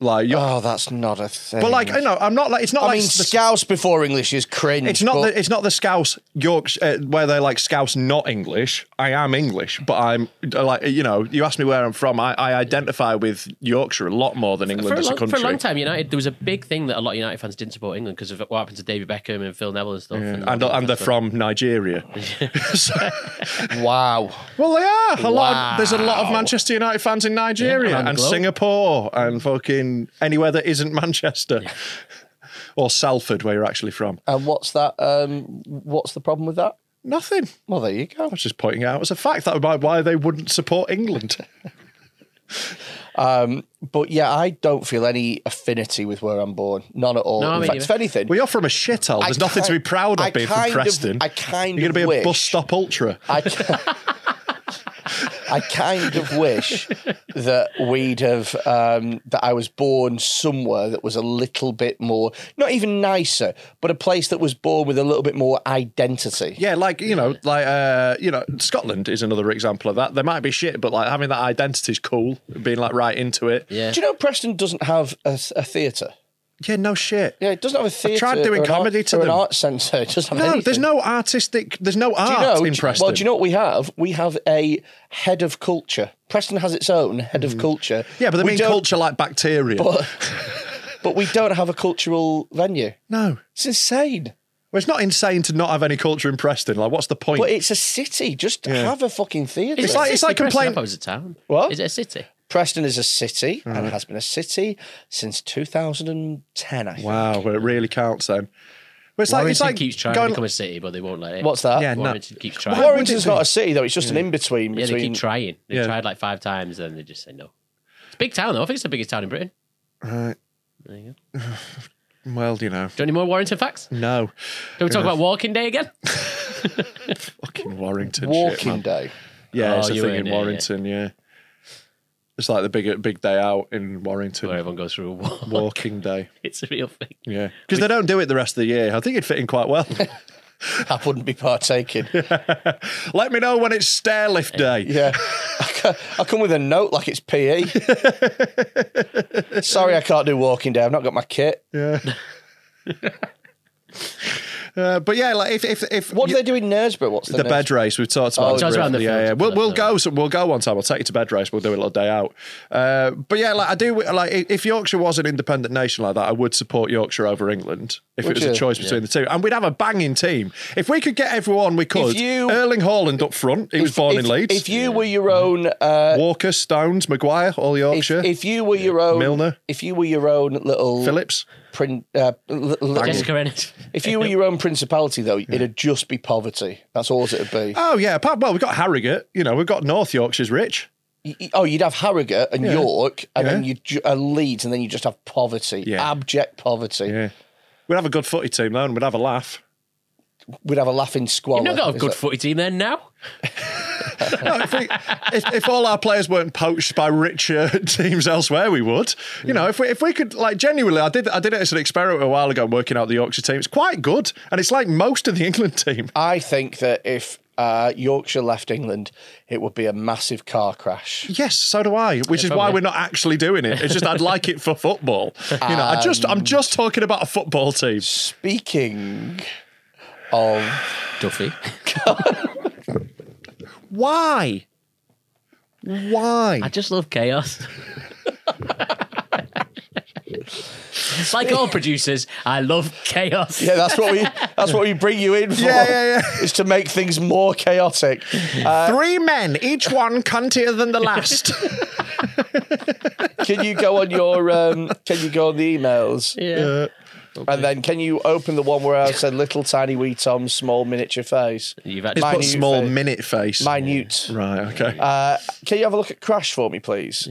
Speaker 6: like. York-
Speaker 5: Oh, that's not a thing.
Speaker 6: But like I know, I'm not like it's not
Speaker 5: I
Speaker 6: like
Speaker 5: mean,
Speaker 6: the-
Speaker 5: Scouse before English is cringe.
Speaker 6: It's not
Speaker 5: but-
Speaker 6: the it's not the Scouse Yorkshire uh, where they're like Scouse not English. I am English, but I'm uh, like you know. You asked me where I'm from. I, I identify with Yorkshire a lot more than England
Speaker 7: For a,
Speaker 6: as a
Speaker 7: long, for
Speaker 6: country.
Speaker 7: a long time, United there was a big thing that a lot of United fans didn't support England because of what happened to David Beckham and Phil Neville and stuff. And,
Speaker 6: and, uh, and they're from
Speaker 7: (laughs)
Speaker 6: Nigeria. So- (laughs)
Speaker 5: Wow.
Speaker 6: well, they are. A lot of- there's a lot of
Speaker 5: Wow.
Speaker 6: Manchester United fans in Nigeria
Speaker 7: around the
Speaker 6: and
Speaker 7: globe.
Speaker 6: Singapore
Speaker 7: Mm.
Speaker 6: and fucking anywhere that isn't Manchester (laughs) or Salford, where you're actually from.
Speaker 5: And what's that? Um, what's the problem with that?
Speaker 6: Nothing.
Speaker 5: Well, there you go.
Speaker 6: I was just pointing out as a fact that might why they wouldn't support England.
Speaker 5: Um, but yeah, I don't feel any affinity with where I'm born. None at all.
Speaker 7: No, I
Speaker 5: In
Speaker 7: mean,
Speaker 5: fact,
Speaker 7: you-
Speaker 5: if anything,
Speaker 6: Well, you're from a shithole.
Speaker 5: I
Speaker 6: There's nothing to be
Speaker 5: kind-
Speaker 6: proud of
Speaker 5: I
Speaker 6: being from
Speaker 5: kind of-
Speaker 6: Preston.
Speaker 5: I kind
Speaker 6: You're
Speaker 5: of
Speaker 6: going to be a
Speaker 5: wish-
Speaker 6: bus stop ultra.
Speaker 5: I,
Speaker 6: (laughs)
Speaker 5: I kind of wish that we'd have um, that I was born somewhere that was a little bit more, not even nicer, but a place that was born with a little bit more identity.
Speaker 6: Yeah, like you know, like uh, you know, Scotland is another example of that. They might be shit, but like having that identity is cool. Being like right into it.
Speaker 7: yeah.
Speaker 5: Do you know Preston doesn't have a, a theatre?
Speaker 6: Yeah, no shit.
Speaker 5: Yeah, it doesn't have a theatre.
Speaker 6: tried doing
Speaker 5: or an art-
Speaker 6: comedy to
Speaker 5: or
Speaker 6: them.
Speaker 5: an art centre. It doesn't have
Speaker 6: No,
Speaker 5: anything.
Speaker 6: there's no artistic. There's no
Speaker 5: Do
Speaker 6: art
Speaker 5: you know,
Speaker 6: in
Speaker 5: do-
Speaker 6: Preston.
Speaker 5: Well, do you know what we have? We have a head of culture. Preston has its own head of culture.
Speaker 6: Hmm. Yeah, but they
Speaker 5: We
Speaker 6: mean
Speaker 5: don't-
Speaker 6: culture like bacteria.
Speaker 5: But, but we don't have a cultural venue.
Speaker 6: no,
Speaker 5: It's insane.
Speaker 6: well, it's not insane to not have any culture in Preston. Like, what's the point?
Speaker 5: But it's a city. Just have a fucking theatre.
Speaker 6: It's like- it's like complain-
Speaker 7: It was a town.
Speaker 5: What?
Speaker 7: is it? A city?
Speaker 5: Preston is a city and has been a city since 2010. I think.
Speaker 6: wow, well, it really counts then. Well, it's
Speaker 7: Warrington
Speaker 6: like it's like
Speaker 7: keeps trying
Speaker 6: going-
Speaker 7: to become a city, but they won't let it.
Speaker 5: What's that?
Speaker 6: Yeah, no.
Speaker 7: Warrington keeps trying.
Speaker 6: Why would
Speaker 5: Warrington's
Speaker 6: it be?
Speaker 5: not a city though. It's just an in between
Speaker 7: yeah, they
Speaker 5: between.
Speaker 7: keep trying. They
Speaker 6: Yeah.
Speaker 7: have tried like five times, and they just say no. It's a big town, though. I think it's the biggest town in Britain. Right. (sighs) There you go.
Speaker 6: (sighs)
Speaker 7: Do
Speaker 6: well, you know,
Speaker 7: you want any more Warrington facts?
Speaker 6: no
Speaker 7: Can we talk about Walking
Speaker 6: (laughs)
Speaker 7: Day again?
Speaker 6: fucking Warrington. shit,
Speaker 5: Walking
Speaker 6: man.
Speaker 5: day.
Speaker 6: Yeah,
Speaker 7: Oh,
Speaker 6: it's a
Speaker 7: you
Speaker 6: thing
Speaker 7: were
Speaker 6: in
Speaker 7: in it, yeah.
Speaker 6: Warrington. Yeah. It's like the big big day out in Warrington.
Speaker 7: Where everyone goes through a wall.
Speaker 6: Walking day,
Speaker 7: (laughs) It's a real thing.
Speaker 6: yeah, because they don't do it the rest of the year. I think it'd fit in quite (laughs) well.
Speaker 5: I wouldn't be partaking.
Speaker 6: (laughs) Let me know when it's stairlift day. (laughs)
Speaker 5: Yeah. I co- I come with a note like it's PE. Sorry, I can't do walking day. I've not got my kit.
Speaker 6: Uh, but yeah, like if if if
Speaker 5: What do they do in Knaresborough? What's the,
Speaker 6: the
Speaker 5: next-
Speaker 6: bed race we've talked
Speaker 5: Oh,
Speaker 6: about.
Speaker 5: Talked
Speaker 6: it
Speaker 7: about in the
Speaker 6: briefly, yeah, yeah.
Speaker 7: film,
Speaker 6: We'll,
Speaker 7: talked about
Speaker 6: we'll
Speaker 7: it,
Speaker 6: go. So we'll go one time. I'll take you to bed race. We'll do a little day out. Uh, but yeah, like I do. Like i- if Yorkshire was an independent nation like that, I would support Yorkshire over England if
Speaker 5: Would
Speaker 6: it was
Speaker 5: you?
Speaker 6: a choice between the two. And we'd have a banging team if we could get everyone we could.
Speaker 5: you-
Speaker 6: Erling Haaland up front. He was born
Speaker 5: if,
Speaker 6: in Leeds.
Speaker 5: If you were your
Speaker 6: Mm-hmm.
Speaker 5: own, uh,
Speaker 6: Walker, Stones, Maguire, all
Speaker 5: if,
Speaker 6: Yorkshire.
Speaker 5: if you were your own,
Speaker 6: Milner.
Speaker 5: if you were your own little
Speaker 6: Phillips.
Speaker 5: print, uh, li- little-
Speaker 7: Jessica Ennis.
Speaker 5: if you were your own principality, though, it'd just be poverty. That's all it'd be.
Speaker 6: Oh yeah. Apart, well, we've got Harrogate. You know, we've got North Yorkshire's rich.
Speaker 5: Y- y- oh, you'd have Harrogate and York, and then
Speaker 6: Yeah.
Speaker 5: you ju- uh, Leeds, and then you just have poverty,
Speaker 6: Yeah.
Speaker 5: abject poverty.
Speaker 6: Yeah. We'd have a good footy team though, and we'd have a laugh.
Speaker 5: We'd have a laughing squalor.
Speaker 7: You've not got a
Speaker 5: Is
Speaker 7: good
Speaker 5: that-
Speaker 7: footy team then now.
Speaker 6: No, if, we, if, if all our players weren't poached by richer (laughs) teams elsewhere, we would. You know, if we if we could like genuinely, I did I did it as an experiment a while ago, working out the Yorkshire team. It's quite good, and it's like most of the England team.
Speaker 5: I think that if uh, Yorkshire left England, it would be a massive car crash.
Speaker 6: Yes, so do I. Which is why we're not actually doing it. It's just I'd like it for football. You know, I just I'm just talking about a football team.
Speaker 5: Speaking of,
Speaker 7: Duffy.
Speaker 6: Why? Why?
Speaker 7: I just love chaos. like all producers, I love chaos.
Speaker 5: yeah, that's what we that's what we bring you in for.
Speaker 6: Yeah, yeah, yeah.
Speaker 5: Is to make things more chaotic. Uh,
Speaker 6: Three men, each one cuntier than the last.
Speaker 5: can you go on your? Um, can you go on the emails?
Speaker 7: Yeah.
Speaker 5: And then can you open the one where I said little tiny wee Tom's small miniature face?
Speaker 7: You've
Speaker 6: It's
Speaker 7: actually
Speaker 6: put
Speaker 5: Minute
Speaker 6: small
Speaker 5: face.
Speaker 6: minute face.
Speaker 5: Minute.
Speaker 6: Right, okay.
Speaker 5: Uh, can you have a look at Crash for me, please?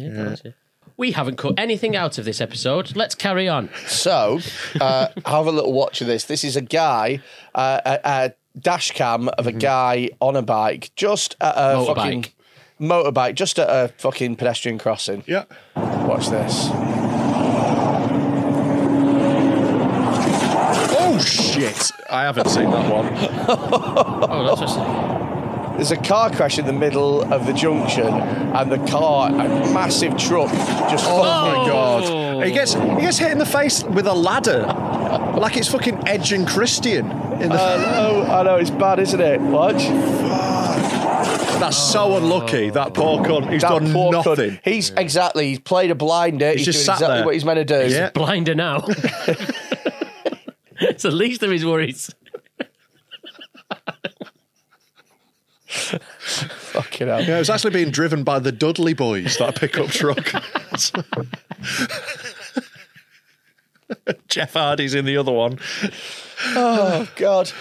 Speaker 7: we haven't cut anything out of this episode. Let's carry on.
Speaker 5: So, uh, have a little watch of this. This is a guy, uh, a, a dash cam of a
Speaker 6: Mhm.
Speaker 5: guy on a bike, just at a
Speaker 7: Motorbike.
Speaker 5: fucking motorbike, just at a fucking pedestrian crossing.
Speaker 6: yeah.
Speaker 5: Watch this.
Speaker 6: Oh, shit. I haven't seen that one.
Speaker 7: Oh, that's just
Speaker 5: There's a car crash in the middle of the junction, and the car, a massive truck, just.
Speaker 6: Oh,
Speaker 5: fucking-
Speaker 6: my God. He gets, he gets hit in the face with a ladder. like it's fucking Edge and Christian. In the,
Speaker 5: I know, Oh, I know, it's bad, isn't it? Watch.
Speaker 6: that's so unlucky, that poor cunt. He's
Speaker 5: That
Speaker 6: done
Speaker 5: poor cunt.
Speaker 6: nothing.
Speaker 5: He's exactly, he's played a blinder, he's,
Speaker 6: He's just
Speaker 5: doing
Speaker 6: sat
Speaker 5: exactly
Speaker 6: there.
Speaker 5: what he's meant to do.
Speaker 6: Yeah.
Speaker 7: blinder now. (laughs) it's the least of his worries.
Speaker 5: Fucking hell.
Speaker 6: Yeah, it was actually being driven by the Dudley boys, that pickup truck. (laughs) Jeff Hardy's in the other one.
Speaker 5: Oh, God.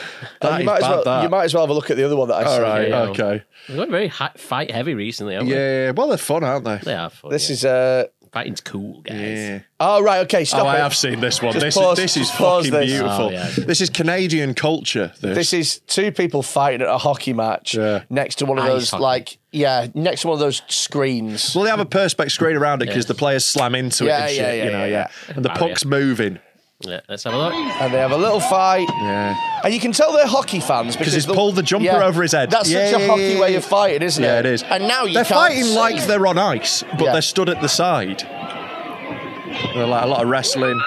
Speaker 6: That
Speaker 5: And
Speaker 6: is
Speaker 5: you, might as
Speaker 6: bad,
Speaker 5: well,
Speaker 6: that.
Speaker 5: you might as well have a look at the other one that I
Speaker 6: All
Speaker 5: saw.
Speaker 6: right,
Speaker 7: yeah.
Speaker 6: okay.
Speaker 7: We've got very hi- fight heavy recently, haven't we?
Speaker 6: Yeah, well, they're fun, aren't they?
Speaker 7: They are fun.
Speaker 5: This
Speaker 7: yeah.
Speaker 5: is uh
Speaker 7: Fighting's cool, guys.
Speaker 6: Yeah.
Speaker 5: Oh right, okay, stop
Speaker 6: Oh, I
Speaker 5: it.
Speaker 6: have seen this one.
Speaker 5: Just
Speaker 6: This,
Speaker 5: pause-
Speaker 6: is, this is
Speaker 5: just pause
Speaker 6: fucking
Speaker 5: this.
Speaker 6: beautiful.
Speaker 7: Oh, yeah.
Speaker 6: This is Canadian culture. This.
Speaker 5: This is two people fighting at a hockey match
Speaker 6: Yeah.
Speaker 5: next to one of
Speaker 7: Ice
Speaker 5: those
Speaker 7: hockey.
Speaker 5: like yeah, next to one of those screens.
Speaker 6: well, they have a perspex screen around it because the players slam into it
Speaker 5: Yeah,
Speaker 6: and shit,
Speaker 5: yeah, yeah,
Speaker 6: you know,
Speaker 5: yeah,
Speaker 6: yeah. And the
Speaker 7: Barrier.
Speaker 6: puck's moving.
Speaker 7: Yeah, let's have a look.
Speaker 5: and they have a little fight.
Speaker 6: Yeah.
Speaker 5: And you can tell they're hockey fans because
Speaker 6: he's
Speaker 5: the-
Speaker 6: pulled the jumper
Speaker 5: yeah,
Speaker 6: over his head.
Speaker 5: That's such a
Speaker 6: Yeah.
Speaker 5: hockey way of fighting, isn't it?
Speaker 6: Yeah, it is.
Speaker 5: And now you
Speaker 6: they're
Speaker 5: can't
Speaker 6: fighting
Speaker 5: see.
Speaker 6: like they're on ice, but
Speaker 5: Yeah.
Speaker 6: they're stood at the side. They're like a lot of wrestling.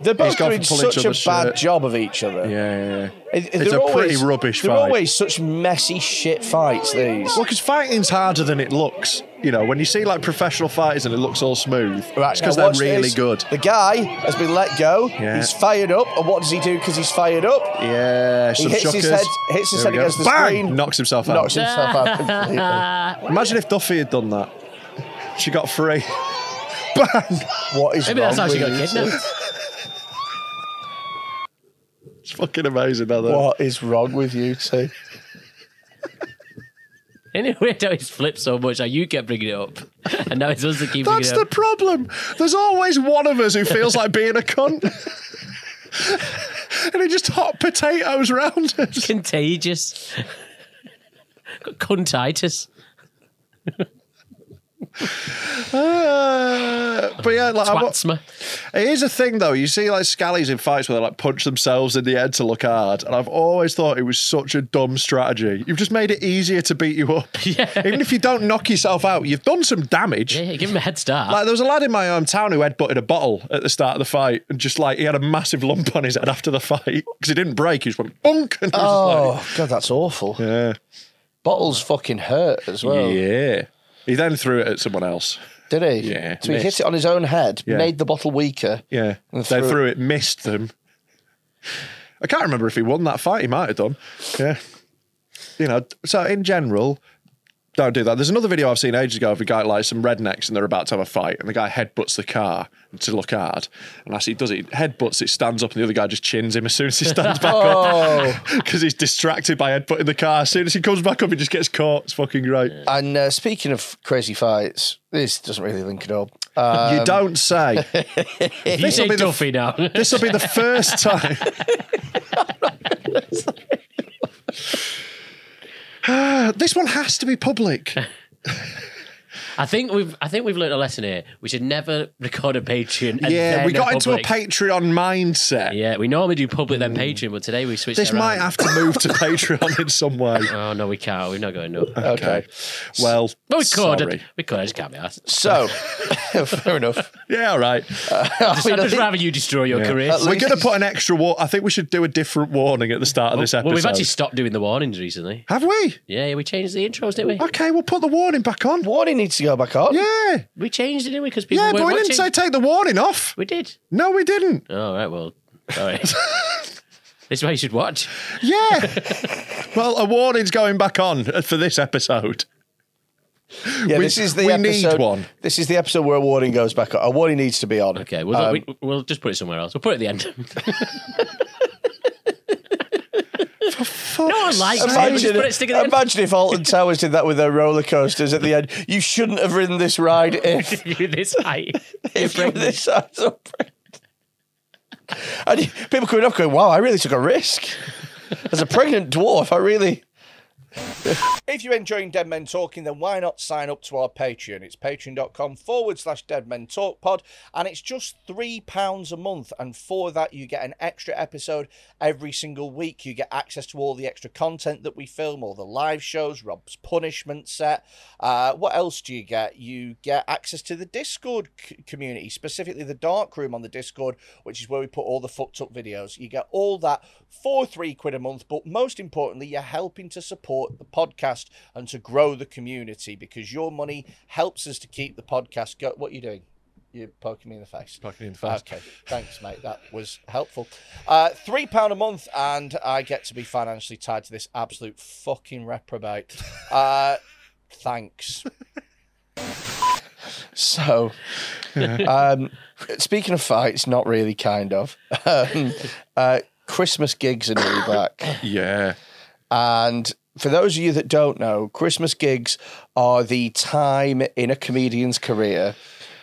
Speaker 5: they're both
Speaker 6: He's gone
Speaker 5: doing
Speaker 6: for pulling
Speaker 5: such
Speaker 6: each
Speaker 5: a
Speaker 6: other's
Speaker 5: bad
Speaker 6: shirt.
Speaker 5: job of each other.
Speaker 6: Yeah, yeah, yeah.
Speaker 5: It-
Speaker 6: it's
Speaker 5: they're
Speaker 6: a pretty
Speaker 5: always-
Speaker 6: rubbish
Speaker 5: They're
Speaker 6: fight.
Speaker 5: always such messy shit fights. These.
Speaker 6: Well, because fighting's harder than it looks. You know, when you see like professional fighters and it looks all smooth, it's because
Speaker 5: now
Speaker 6: they're
Speaker 5: watch
Speaker 6: really
Speaker 5: this.
Speaker 6: good.
Speaker 5: The guy has been let go.
Speaker 6: Yeah.
Speaker 5: He's fired up. And what does he do because he's fired up?
Speaker 6: Yeah,
Speaker 5: He
Speaker 6: some
Speaker 5: hits his
Speaker 6: chuckers.
Speaker 5: head, hits his
Speaker 6: There
Speaker 5: head
Speaker 6: we go.
Speaker 5: against the
Speaker 6: Bang!
Speaker 5: screen.
Speaker 6: Knocks himself out.
Speaker 5: Knocks himself
Speaker 7: (laughs)
Speaker 5: out completely.
Speaker 6: Imagine if Duffy had done that. She got free. (laughs) Bang!
Speaker 5: What is
Speaker 7: Maybe
Speaker 5: wrong
Speaker 7: that's how she
Speaker 5: with
Speaker 7: got
Speaker 5: you?
Speaker 7: kidnapped.
Speaker 6: It's fucking amazing, though.
Speaker 5: What is wrong with you two?
Speaker 7: (laughs) Anyway, I always flip so much. How you kept bringing it up, and now it's us that keep
Speaker 6: That's
Speaker 7: bringing
Speaker 6: the
Speaker 7: it up.
Speaker 6: problem. There's always one of us who feels like being a cunt. (laughs) and he just hot potatoes round
Speaker 7: (laughs)
Speaker 6: us.
Speaker 7: Contagious. Got Cuntitis.
Speaker 6: Uh, but yeah, like, I'm-
Speaker 7: Twatsma.
Speaker 6: It is a thing though. You see, like scallies in fights where they like punch themselves in the head to look hard, and I've always thought it was such a dumb strategy. You've just made it easier to beat you up. Even if you don't knock yourself out, you've done some damage.
Speaker 7: Yeah, yeah, give him a head start.
Speaker 6: Like Uh, there was a lad in my hometown who headbutted a bottle at the start of the fight, and just like he had a massive lump on his head after the fight because he didn't break. He just went bunk. And it was
Speaker 5: Oh god, that's awful.
Speaker 6: just like,
Speaker 5: Bottles fucking hurt as
Speaker 6: yeah,
Speaker 5: Oh, well.
Speaker 6: yeah. He then threw it at someone else.
Speaker 5: Did he?
Speaker 6: Yeah,
Speaker 5: So he
Speaker 6: missed.
Speaker 5: hit it on his own head,
Speaker 6: Yeah.
Speaker 5: made the bottle weaker.
Speaker 6: Yeah.
Speaker 5: And
Speaker 6: they
Speaker 5: threw-
Speaker 6: threw it, missed them. I can't remember if he won that fight. He might have done. Yeah. You know, so in general, don't do that. There's another video I've seen ages ago of a guy like some rednecks and they're about to have a fight and the guy headbutts the car to look hard. And as he does it, headbutts it, stands up and the other guy just chins him as soon as he stands back up
Speaker 5: Oh.
Speaker 6: (laughs) because he's distracted by headbutting the car. As soon as he comes back up, he just gets caught. It's fucking great.
Speaker 5: And uh, speaking of crazy fights, this doesn't really link it up. Uh,
Speaker 6: you don't
Speaker 5: (laughs)
Speaker 6: say.
Speaker 7: you say
Speaker 6: be the-
Speaker 7: Duffy now.
Speaker 6: (laughs) This will be the first time. (sighs) Ah, this one has to be public.
Speaker 7: I think we've I think we've learned a lesson here. We should never record a Patreon. (laughs) And
Speaker 6: yeah,
Speaker 7: then
Speaker 6: we got into a
Speaker 7: public.
Speaker 6: Patreon mindset.
Speaker 7: Yeah, we normally do public then Patreon, but today we switched.
Speaker 6: This
Speaker 7: it
Speaker 6: might
Speaker 7: around.
Speaker 6: have to move
Speaker 7: (laughs)
Speaker 6: to Patreon in some way.
Speaker 7: Oh no, we can't. We've not got enough.
Speaker 6: Okay. Well,
Speaker 7: But we could.
Speaker 6: sorry.
Speaker 7: We could. I just can't be asked.
Speaker 5: so (laughs) fair enough.
Speaker 6: Yeah, all right.
Speaker 7: Uh,
Speaker 5: I mean,
Speaker 7: I'd
Speaker 5: I
Speaker 7: just
Speaker 5: think-
Speaker 7: rather you destroy your career.
Speaker 5: At
Speaker 6: We're
Speaker 5: least
Speaker 6: going to
Speaker 5: it's-
Speaker 6: put an extra war. I think we should do a different warning at the start of this episode.
Speaker 7: Well, we've actually stopped doing the warnings recently.
Speaker 6: Have we?
Speaker 7: Yeah, yeah, we changed the intros, didn't we?
Speaker 6: Okay, we'll put the warning back on.
Speaker 5: Warning needs to go back on.
Speaker 6: Yeah.
Speaker 7: We changed it, didn't we? Because people
Speaker 6: Yeah,
Speaker 7: weren't
Speaker 6: but we didn't
Speaker 7: watching.
Speaker 6: say take the warning off.
Speaker 7: we did.
Speaker 6: No, we didn't.
Speaker 7: All right. Well,
Speaker 6: (laughs)
Speaker 7: all right. this is why you should watch.
Speaker 6: Yeah. well, a warning's going back on for this episode.
Speaker 5: Yeah,
Speaker 6: We-
Speaker 5: this is the
Speaker 6: we need
Speaker 5: episode.
Speaker 6: one.
Speaker 5: This is the episode where Warning goes back on. Warning needs to be on.
Speaker 7: Okay, we'll,
Speaker 5: Um,
Speaker 7: we, we'll just put it somewhere else. We'll put it at the (laughs) end. no one likes it. We'll just
Speaker 5: Imagine,
Speaker 7: put it stick at the end.
Speaker 5: imagine if
Speaker 7: (laughs)
Speaker 5: Alton Towers did that with their roller coasters at the end. You shouldn't have ridden this
Speaker 7: (laughs)
Speaker 5: ride if
Speaker 7: you this height.
Speaker 5: if you were this size up. And you- people coming up going, wow, I really took a risk. As a pregnant dwarf, I really. if you're enjoying Dead Men Talking, then why not sign up to our Patreon? It's patreon.com forward slash Dead Men Talk Pod, and it's just £3 a month. And for that, you get an extra episode every single week. You get access to all the extra content that we film, all the live shows, Rob's punishment set. Uh, what else do you get? You get access to the Discord c- community, specifically the dark room on the Discord, which is where we put all the fucked up videos. You get all that for three quid a month, but most importantly, you're helping to support the podcast and to grow the community because your money helps us to keep the podcast go. What are you doing? You're poking me in the face. Poking me in the face. Okay, thanks, mate. That was helpful. Uh, Three pound a month, and I get to be financially tied to this absolute fucking reprobate. Uh, thanks. So, um, speaking of fights, not really, kind of. Um, uh, Christmas gigs are nearly back.
Speaker 6: Yeah.
Speaker 5: And for those of you that don't know, Christmas gigs are the time in a comedian's career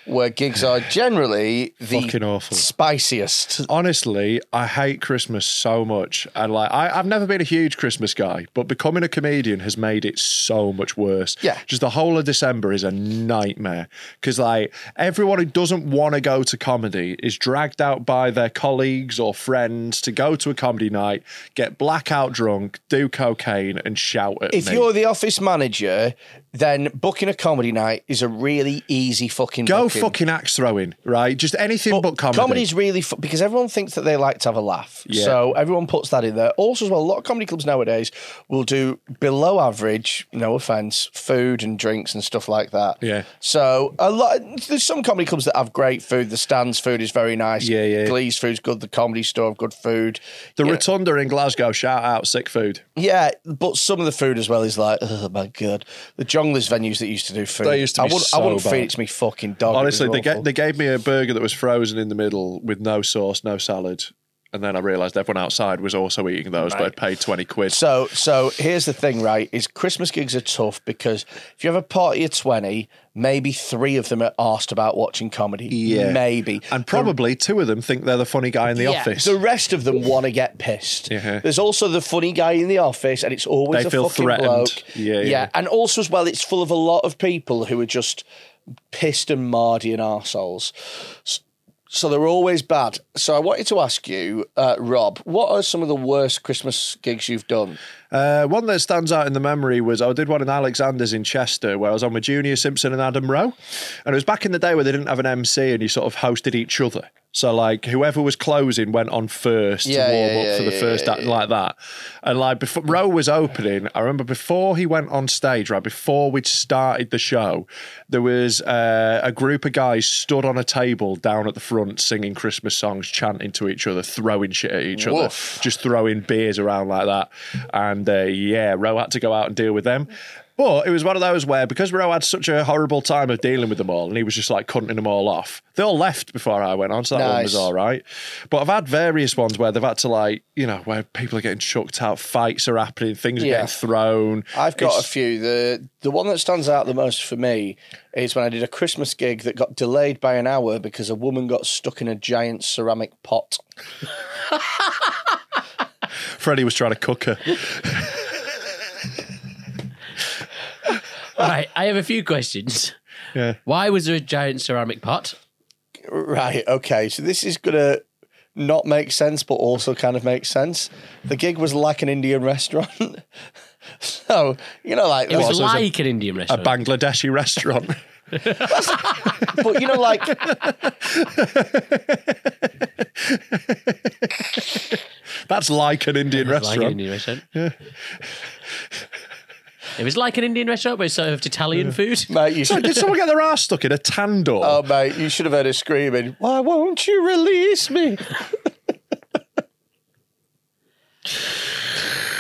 Speaker 5: where gigs are generally the
Speaker 6: Fucking awful. (laughs)
Speaker 5: spiciest.
Speaker 6: Honestly, I hate Christmas so much. And like I, I've never been a huge Christmas guy, but becoming a comedian has made it so much worse.
Speaker 5: Yeah.
Speaker 6: Just the whole of December is a nightmare. Cause like everyone who doesn't want to go to comedy is dragged out by their colleagues or friends to go to a comedy night, get blackout drunk, do cocaine, and shout at
Speaker 5: If
Speaker 6: me.
Speaker 5: you're the office manager, then booking a comedy night is a really easy fucking
Speaker 6: Go
Speaker 5: booking.
Speaker 6: fucking axe throwing, right? Just anything but, comedy.
Speaker 5: Comedy's really fu- because everyone thinks that they like to have a laugh.
Speaker 6: Yeah.
Speaker 5: So everyone puts that in there. Also, as well, a lot of comedy clubs nowadays will do below average, no offense, food and drinks and stuff like that.
Speaker 6: Yeah.
Speaker 5: So a lot there's some comedy clubs that have great food. The stands food is very nice.
Speaker 6: Yeah, yeah.
Speaker 5: Glee's food's good, the comedy store have good food.
Speaker 6: the
Speaker 5: Yeah. Oh,
Speaker 6: Rotunda in Glasgow, shout out sick food.
Speaker 5: Yeah, but some of the food as well is like, oh my god, the jonglers venues that used to do food.
Speaker 6: They used to
Speaker 5: I
Speaker 6: be
Speaker 5: wouldn't, I
Speaker 6: so
Speaker 5: wouldn't
Speaker 6: bad.
Speaker 5: feed it to me fucking dog. It
Speaker 6: Honestly,
Speaker 5: was
Speaker 6: they, ga-
Speaker 5: awful.
Speaker 6: they gave me a burger that was frozen in the middle with no sauce, no salad. And then I realised everyone outside was also eating those, but I'd paid 20 quid.
Speaker 5: So, so here's the thing, right? Is Christmas gigs are tough because if you have a party of twenty, maybe three of them are asked about watching comedy.
Speaker 6: Yeah.
Speaker 5: maybe.
Speaker 6: and probably two of them think they're the funny guy in the
Speaker 5: Yeah,
Speaker 6: office.
Speaker 5: The rest of them want to get pissed.
Speaker 6: Yeah.
Speaker 5: There's also the funny guy in the office, and it's always
Speaker 6: They
Speaker 5: a
Speaker 6: feel
Speaker 5: fucking
Speaker 6: threatened.
Speaker 5: bloke.
Speaker 6: Yeah, yeah.
Speaker 5: And also as well, it's full of a lot of people who are just pissed and mardy and arseholes. S- So they're always bad. So I wanted to ask you, uh, Rob, what are some of the worst Christmas gigs you've done?
Speaker 6: Uh, one that stands out in the memory was I did one in Alexander's in Chester where I was on with Junior Simpson and Adam Rowe. And it was back in the day where they didn't have an MC and you sort of hosted each other. So like whoever was closing went on first
Speaker 5: Yeah,
Speaker 6: to warm
Speaker 5: yeah,
Speaker 6: up
Speaker 5: yeah,
Speaker 6: for the
Speaker 5: yeah,
Speaker 6: first
Speaker 5: yeah,
Speaker 6: act like that. And like before Rowe was opening, I remember before he went on stage, right before we'd started the show, there was uh, a group of guys stood on a table down at the front singing Christmas songs, chanting to each other, throwing shit at each other
Speaker 5: Woof.
Speaker 6: just throwing beers around like that. And uh, yeah, Rowe had to go out and deal with them. But it was one of those where because Rowe had such a horrible time of dealing with them all, and he was just like cutting them all off. They all left before I went on, so that one was
Speaker 5: Nice.
Speaker 6: all right. But I've had various ones where they've had to like, you know, where people are getting chucked out, fights are happening, things
Speaker 5: Yeah.
Speaker 6: are getting thrown.
Speaker 5: I've got
Speaker 6: It's-
Speaker 5: a few. The the one that stands out the most for me is when I did a Christmas gig that got delayed by an hour because a woman got stuck in a giant ceramic pot.
Speaker 6: Freddie was trying to
Speaker 5: (laughs)
Speaker 6: cook her.
Speaker 7: All right, I have a few questions.
Speaker 6: Yeah.
Speaker 7: Why was there a giant ceramic pot?
Speaker 5: Right, okay. So this is gonna not make sense but also kind of makes sense. The gig was like an Indian restaurant. (laughs) so, you know, like
Speaker 7: It was
Speaker 6: Oh, so it was a-
Speaker 7: like an Indian
Speaker 6: A
Speaker 7: restaurant.
Speaker 6: Bangladeshi restaurant. (laughs)
Speaker 5: but you know,
Speaker 7: (laughs)
Speaker 5: like
Speaker 6: That's like an Indian
Speaker 7: It was like an
Speaker 6: restaurant.
Speaker 7: Indian restaurant. it was like an Indian restaurant, but it served Italian food.
Speaker 5: mate, you
Speaker 6: (laughs) So
Speaker 5: should
Speaker 6: did someone get their ass stuck in a tandoor?
Speaker 5: Oh mate, you should have heard her screaming, Why won't you release me? (laughs)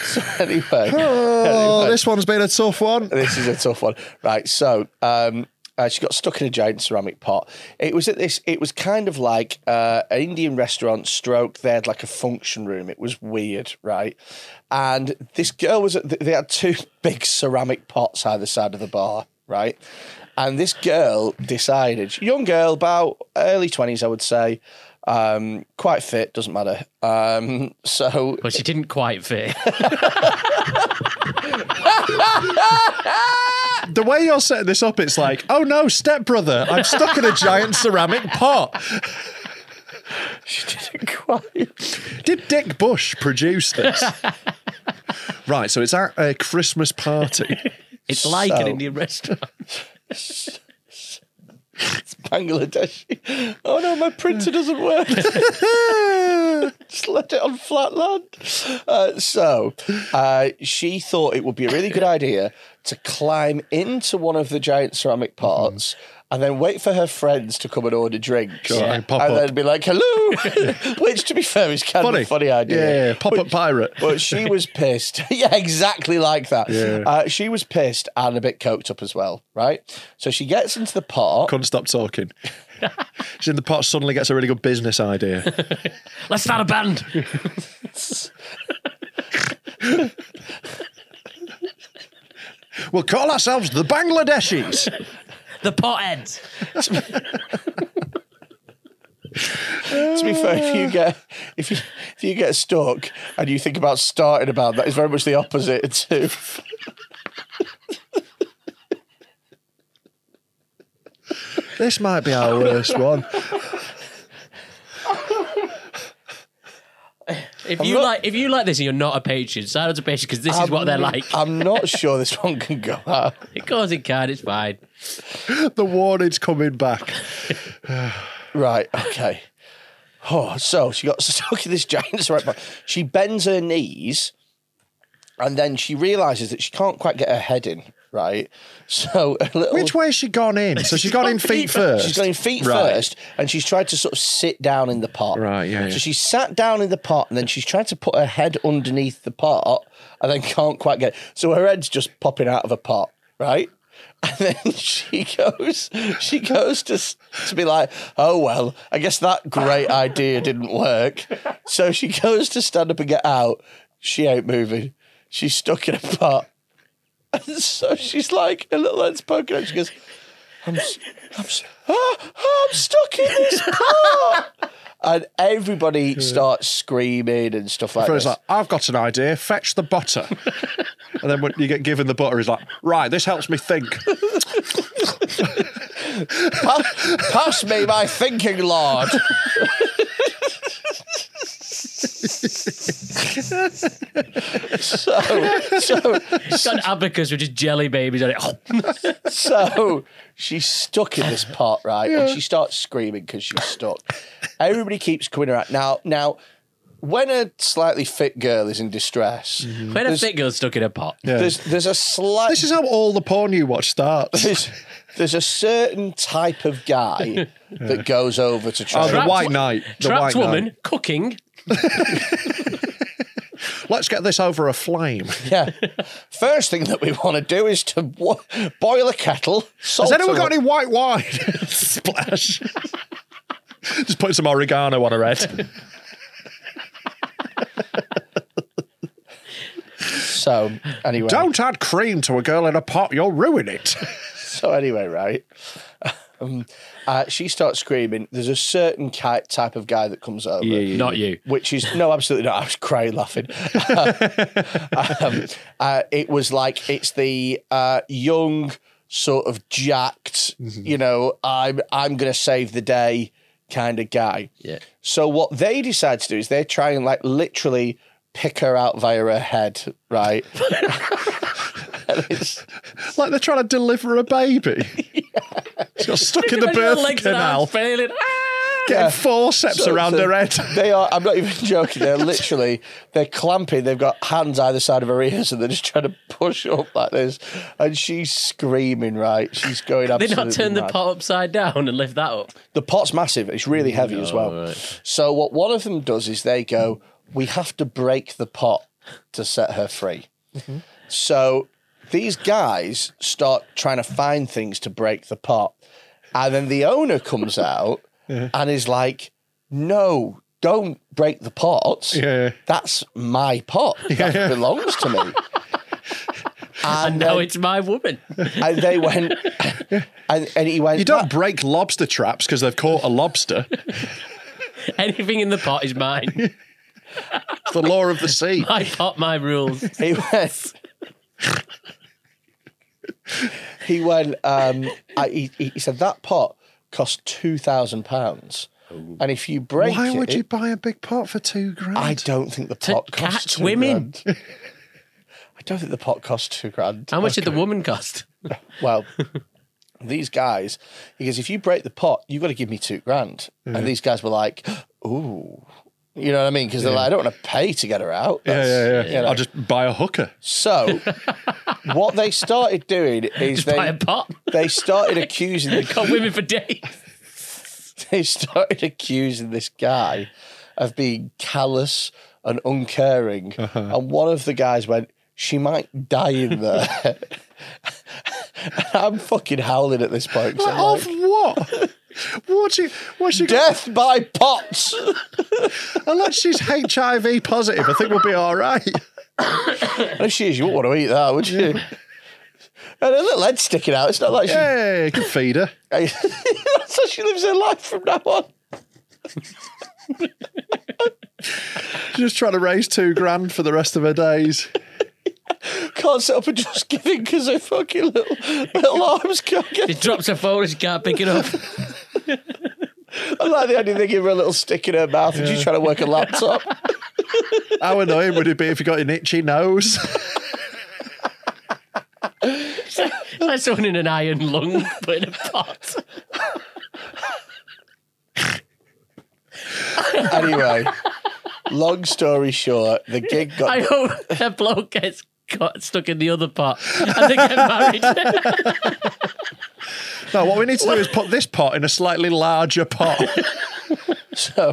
Speaker 5: So anyway,
Speaker 6: Oh,
Speaker 5: (laughs) anyway.
Speaker 6: this one's been a tough one.
Speaker 5: This is a tough one. Right. So um, uh, she got stuck in a giant ceramic pot. It was at this, it was kind of like uh, an Indian restaurant stroke. They had like a function room. It was weird, right? And this girl was, at, they had two (laughs) big ceramic pots either side of the bar, right? And this girl decided, young girl, about early 20s, I would say, um, quite fit, doesn't matter. Um, (laughs) so
Speaker 7: But she didn't quite fit.
Speaker 6: The way you're setting this up, it's like, oh no, stepbrother, I'm stuck in a giant ceramic pot.
Speaker 5: she didn't (laughs) quite.
Speaker 6: Did Dick Bush produce
Speaker 5: (laughs)
Speaker 6: this? right, so it's at a Christmas party.
Speaker 7: It's like
Speaker 5: So-
Speaker 7: an Indian restaurant.
Speaker 5: Bangladeshi. Oh no, my printer doesn't work.
Speaker 6: (laughs)
Speaker 5: Just left it on flat land. Uh, so uh, she thought it would be a really good idea to climb into one of the giant ceramic
Speaker 6: Mm-hmm.
Speaker 5: pots. And then wait for her friends to come and order drinks,
Speaker 6: Sure, and pop
Speaker 5: and
Speaker 6: up.
Speaker 5: then be like,
Speaker 6: (laughs)
Speaker 5: "Hello," which, to be fair, is kind of
Speaker 6: Funny.
Speaker 5: a (laughs) funny idea.
Speaker 6: Yeah, yeah, pop-up
Speaker 5: But-
Speaker 6: pirate.
Speaker 5: But
Speaker 6: (laughs)
Speaker 5: she was pissed. (laughs) yeah, exactly like that.
Speaker 6: Yeah.
Speaker 5: Uh, she was pissed and a bit coked up as well, right? So she gets into the pot.
Speaker 6: Couldn't stop talking. She's in the pot, suddenly gets a really good business idea.
Speaker 7: Let's start a band.
Speaker 6: We'll call ourselves the Bangladeshis.
Speaker 7: The potheads.
Speaker 5: to be fair, if
Speaker 7: Oh.
Speaker 5: you get if you if you get stuck and you think about starting about that is very much the opposite (laughs) to
Speaker 6: This might be our worst one.
Speaker 7: If you
Speaker 5: not-
Speaker 7: like, if you like this, and you're not a patron. Sign up to patron because this is what they're like.
Speaker 5: I'm not sure this one can go out.
Speaker 7: Of course it can. It's fine.
Speaker 6: The warning's coming back.
Speaker 5: Right, okay. Oh, so she got (laughs) stuck in this giant ceramic pot. She bends her knees and then she realizes that she can't quite get her head in, right? So a little
Speaker 6: Which way has she gone in? So she's gone in feet first.
Speaker 5: She's going feet
Speaker 6: Right.
Speaker 5: first, and she's tried to sort of sit down in the pot.
Speaker 6: Right, yeah,
Speaker 5: So
Speaker 6: yeah.
Speaker 5: she sat down in the pot, and then she's tried to put her head underneath the pot, and then can't quite get. So her head's just popping out of a pot, right? (laughs) And then she goes, she goes to s- to be like, oh well, I guess that great idea didn't work. So she goes to stand up and get out. She ain't moving. She's stuck in a pot. (laughs) And so she's like, a little head's poking out. She goes, I'm, s- I'm, s- ah, ah, I'm stuck in this pot. and everybody starts screaming and stuff like
Speaker 6: Fro's
Speaker 5: that.
Speaker 6: like, I've got an idea. Fetch the butter. and then when you get given the butter, he's like, right, this helps me think.
Speaker 5: Pass me my thinking lord. so, so,
Speaker 7: It's
Speaker 5: (laughs)
Speaker 7: got an abacus with just jelly babies on it. Oh,
Speaker 5: so she's stuck in this pot, right? And she starts screaming because she's stuck. Everybody keeps coming around. Now, now, when a slightly fit girl is in distress,
Speaker 7: when a thick girl's stuck in a pot.
Speaker 5: there's there's a slight
Speaker 6: Mm-hmm. This is how all the porn you watch starts.
Speaker 5: there's, there's a certain type of
Speaker 6: (laughs)
Speaker 5: guy that goes over to try.
Speaker 6: Oh, the
Speaker 7: Trapped
Speaker 6: white
Speaker 7: wo-
Speaker 6: knight. The
Speaker 7: Trapped
Speaker 6: white
Speaker 7: woman
Speaker 6: knight.
Speaker 7: cooking.
Speaker 6: Let's get this over a flame.
Speaker 5: yeah. First thing that we want to do is to wo- boil a kettle. Salt
Speaker 6: Has anyone
Speaker 5: a-
Speaker 6: got any white wine? (laughs) Splash. Just put some oregano on her head.
Speaker 5: So anyway,
Speaker 6: Don't add cream to a girl in a pot. You'll ruin it. (laughs)
Speaker 5: (laughs) So anyway, right. Um, uh, she starts screaming. There's a certain ki- type of guy that comes over.
Speaker 7: Not you.
Speaker 5: which is no, absolutely not. I was crying laughing. (laughs) um, uh, it was like it's the uh, young, sort of jacked, you know, I'm I'm gonna save the day kind of guy.
Speaker 7: Yeah.
Speaker 5: So what they decide to do is they try and like literally pick her out via her head, right? And it's-
Speaker 6: like they're trying to deliver a baby. (laughs) She's got stuck in the
Speaker 7: Imagine her
Speaker 6: birth
Speaker 7: legs and arms
Speaker 6: canal.
Speaker 7: Failing. Ah!
Speaker 6: Getting forceps
Speaker 5: So-
Speaker 6: around
Speaker 5: so (laughs)
Speaker 6: her head.
Speaker 5: They are. I'm not even joking. They're literally they're clamping. They've got hands either side of her ears, and they're just trying to push up like this. And she's screaming. Right, she's going
Speaker 7: They
Speaker 5: absolutely.
Speaker 7: not turn the
Speaker 5: mad.
Speaker 7: pot upside down and lift that up.
Speaker 5: The pot's massive. It's really heavy as well. So what one of them does is they go, "We have to break the pot." to set her free.
Speaker 6: Mm-hmm.
Speaker 5: So these guys start trying to find things to break the pot. And then the owner comes
Speaker 6: (laughs)
Speaker 5: out and is like, no, don't break the pot.
Speaker 6: Yeah.
Speaker 5: That's my
Speaker 6: (laughs)
Speaker 5: pot. That belongs to me.
Speaker 7: And
Speaker 5: And,
Speaker 7: now
Speaker 5: then-
Speaker 7: Oh, it's
Speaker 5: (laughs)
Speaker 7: my woman.
Speaker 5: and they
Speaker 6: (laughs)
Speaker 5: went, and, and he went,
Speaker 6: You don't break lobster traps because they've caught a lobster.
Speaker 7: Anything in the pot
Speaker 5: (laughs)
Speaker 7: is mine.
Speaker 6: It's the law of the sea.
Speaker 7: My pot, my rules. (laughs)
Speaker 5: he went. he went. Um, I, he, he he said that pot cost two thousand pounds, and if you (laughs) break
Speaker 6: Why
Speaker 5: it,
Speaker 6: would you buy a big pot for two grand?
Speaker 5: I don't think the
Speaker 7: To
Speaker 5: pot cost
Speaker 7: catch
Speaker 5: two
Speaker 7: women. (laughs)
Speaker 5: grand. I don't think the pot cost two grand.
Speaker 7: How much did the woman cost? (laughs)
Speaker 5: Well, these guys, he goes, if you break the pot, you've got to give me two grand. And these guys were like, ooh. You know what I mean? Because they're like, I don't want to pay to get her out.
Speaker 6: Yeah, yeah, yeah.
Speaker 5: you know.
Speaker 6: I'll just buy a hooker.
Speaker 7: (laughs)
Speaker 5: So, what they started doing is
Speaker 7: Just buy a
Speaker 5: they
Speaker 7: pot.
Speaker 5: they started accusing the,
Speaker 7: Got women for days.
Speaker 5: (laughs) they started accusing this guy of being callous and uncaring, and one of the guys went, "She might die in there." (laughs) I'm fucking howling at this point. 'cause I'm
Speaker 6: Of
Speaker 5: like, (laughs)
Speaker 6: what? What's she? What's she?
Speaker 5: Death by pots.
Speaker 6: Unless she's HIV positive, I think we'll be all right.
Speaker 5: and if she is, you wouldn't want to eat that, would you? And a little head sticking out. It's not like she (laughs)
Speaker 6: Yeah, you can feed her.
Speaker 5: That's how she lives her life from now on.
Speaker 6: She's just trying to raise two grand for the rest of her days.
Speaker 5: can't set up a just giving because her fucking little, little arms can't
Speaker 7: She
Speaker 5: get.
Speaker 7: drops her phone and she can't pick
Speaker 5: (laughs)
Speaker 7: it up.
Speaker 5: I like the idea they give her a little stick in her mouth and she's trying to work a laptop.
Speaker 6: How annoying would it be if you got an itchy nose?
Speaker 7: It's like someone in an iron lung but in a pot.
Speaker 5: anyway, long story short, the gig got.
Speaker 7: I hope that bloke gets caught stuck in the other pot and they get married.
Speaker 6: No, what we need to do is put this pot in a slightly larger pot.
Speaker 5: (laughs) So,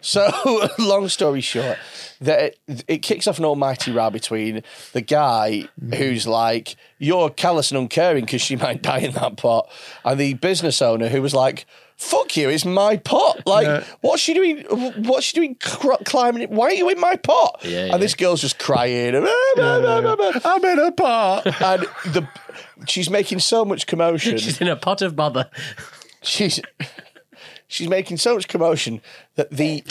Speaker 5: so (laughs) long story short, that it, it kicks off an almighty row between the guy who's like, "You're callous and uncaring because she might die in that pot," and the business owner who was like. Fuck you! It's my pot. Like, what's she doing? What's she doing? Cr- climbing? it? Why are you in my pot?
Speaker 7: Yeah,
Speaker 5: and
Speaker 7: yeah.
Speaker 5: this girl's just crying. (laughs) "Ah, blah, blah, blah, blah."
Speaker 6: I'm in a pot.
Speaker 5: And the she's making so much commotion.
Speaker 7: She's in a pot of bother.
Speaker 5: she's she's making so much commotion that the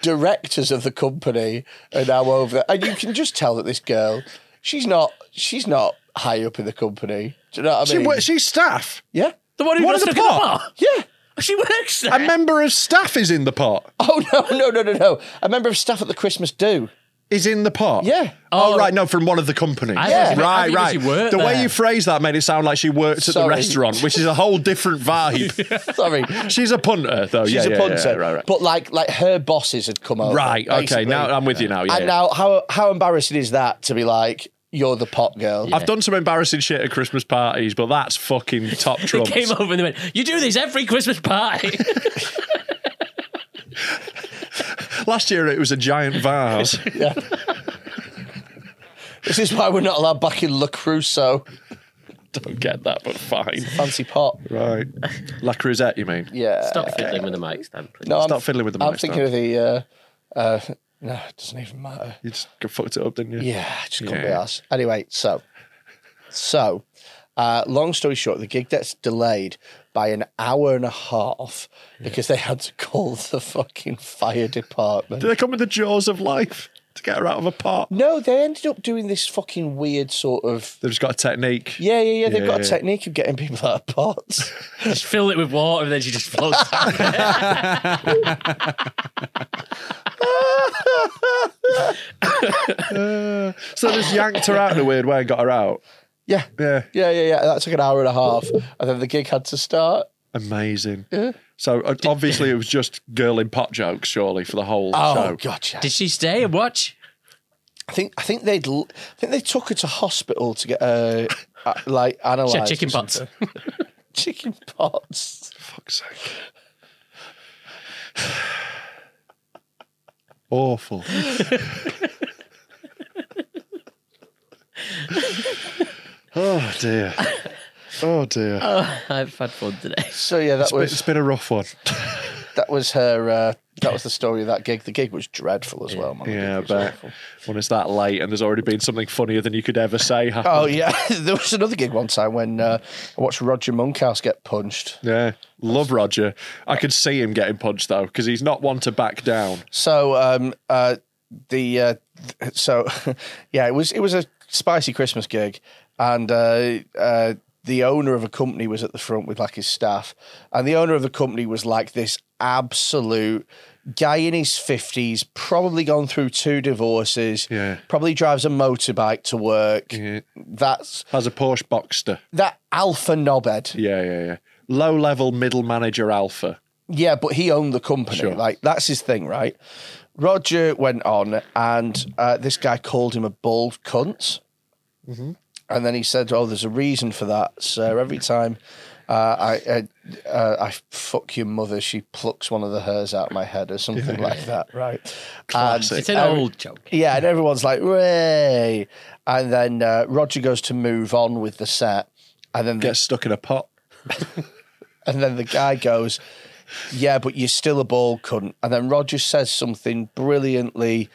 Speaker 5: directors of the company are now over there. and you can just tell that this girl she's not she's not high up in the company do you know what i
Speaker 6: She,
Speaker 5: mean
Speaker 6: wo- she's staff.
Speaker 5: yeah
Speaker 7: The one who
Speaker 6: What
Speaker 7: got
Speaker 6: in the
Speaker 7: stuck in the
Speaker 6: pot?
Speaker 7: pot.
Speaker 5: yeah
Speaker 7: She works there.
Speaker 6: A member of staff is in the pot.
Speaker 5: oh no no no no no a member of staff at the christmas do
Speaker 6: Is in the pot.
Speaker 5: Yeah.
Speaker 6: Oh,
Speaker 7: Oh.
Speaker 6: right. No, from one of the companies.
Speaker 7: I thought she meant- I
Speaker 6: Right,
Speaker 7: think
Speaker 6: right.
Speaker 7: she worked
Speaker 6: The way
Speaker 7: there.
Speaker 6: you phrased that made it sound like she worked at the
Speaker 5: Sorry.
Speaker 6: restaurant, which is a whole different vibe.
Speaker 7: (laughs)
Speaker 5: sorry
Speaker 6: She's a punter, though.
Speaker 5: she's
Speaker 6: yeah,
Speaker 5: a
Speaker 6: yeah,
Speaker 5: punter
Speaker 6: Yeah, right, right.
Speaker 5: but like like her bosses had come over
Speaker 6: Right, okay,
Speaker 5: basically.
Speaker 6: now I'm with you now, yeah,
Speaker 5: and
Speaker 6: yeah.
Speaker 5: now how how embarrassing is that to be like you're the pot girl
Speaker 6: I've done some embarrassing shit at Christmas parties, but that's (laughs) fucking top
Speaker 7: They
Speaker 6: trumps.
Speaker 7: came over and they went, You do these every Christmas (laughs) party.
Speaker 6: Last year it was a giant vase.
Speaker 5: (laughs) this is why we're not allowed back in la crusoe
Speaker 6: (laughs) Don't get that, but fine.
Speaker 5: fancy pot
Speaker 6: Right. La Cruzette, you mean?
Speaker 5: yeah
Speaker 7: Stop fiddling with the mic stand, please.
Speaker 5: No,
Speaker 6: Stop fiddling with the
Speaker 5: I'm
Speaker 6: mic
Speaker 5: thinking
Speaker 6: stand.
Speaker 5: of the. Uh, uh, no, it doesn't even matter.
Speaker 6: You just got fucked it up, didn't you?
Speaker 5: Yeah, I just couldn't be
Speaker 6: Yeah.
Speaker 5: asked. Anyway, so, so, uh, long story short, the gig gets delayed by an hour and a half because they had to call the fucking fire department.
Speaker 6: Do they come with the jaws of life to get her out of a pot?
Speaker 5: no, they ended up doing this fucking weird sort of.
Speaker 6: They've just got a technique.
Speaker 5: Yeah, yeah, yeah. They've got a
Speaker 6: Yeah.
Speaker 5: technique of getting people out of pots. (laughs)
Speaker 7: Just fill it with water and then she just (laughs) floats.
Speaker 6: So they just yanked her out in a weird way and got her out.
Speaker 5: yeah.
Speaker 6: Yeah.
Speaker 5: Yeah, yeah, yeah. That took an hour and a half, and then the gig had to start.
Speaker 6: Amazing. So uh, obviously it was just girl in pot jokes, surely, for the whole
Speaker 5: Oh,
Speaker 6: show.
Speaker 5: gotcha.
Speaker 7: Did she stay and watch?
Speaker 5: I think I think they'd l- I think they took her to hospital to get uh, uh, like analysed.
Speaker 7: She had
Speaker 5: or
Speaker 7: chicken pots.
Speaker 5: something. Chicken pots.
Speaker 6: Fuck's (sighs) sake.
Speaker 5: (laughs)
Speaker 6: Awful. Oh dear. Oh dear.
Speaker 5: Uh,
Speaker 7: Oh, (laughs) I've had fun today.
Speaker 5: So yeah, that
Speaker 6: It's been-
Speaker 5: was
Speaker 6: it's been a
Speaker 5: (laughs)
Speaker 6: rough one.
Speaker 5: that was her. Uh, that was the story of that gig. The gig was dreadful as well. Man. The
Speaker 6: Yeah,
Speaker 5: gig was
Speaker 6: but
Speaker 5: awful.
Speaker 6: when it's that late and there's already been something funnier than you could ever say happen.
Speaker 5: Oh yeah, (laughs) there was another gig one time when uh, I watched Roger Monkhouse get punched.
Speaker 6: Yeah, love Roger. I could see him getting punched though because he's not one to back down.
Speaker 5: So um uh the uh th- so (laughs) yeah it was it was a spicy Christmas gig and uh uh the owner of a company was at the front with like his staff and the owner of the company was like this absolute guy in his 50s probably gone through two divorces
Speaker 6: Yeah.
Speaker 5: probably drives a motorbike to work
Speaker 6: Yeah.
Speaker 5: that's
Speaker 6: Has a Porsche Boxster.
Speaker 5: that alpha knobhead
Speaker 6: Yeah, yeah, yeah. Low level middle manager alpha.
Speaker 5: Yeah, but he owned the company.
Speaker 6: Sure.
Speaker 5: Like that's his thing, right? Roger went on, and uh, this guy called him a bull cunt. And then he said, "Oh, there's a reason for that, sir. Every time uh, I uh, uh, I fuck your mother, she plucks one of the hairs out of my head, or something like that, right?"
Speaker 6: Classic.
Speaker 7: It's an
Speaker 5: every-
Speaker 7: old joke.
Speaker 5: Yeah, and everyone's like, "Way!" And then uh, Roger goes to move on with the set, and then the
Speaker 6: Gets stuck in a pot.
Speaker 5: and then the guy goes, Yeah, but you're still a ball cunt. And then Roger says something brilliantly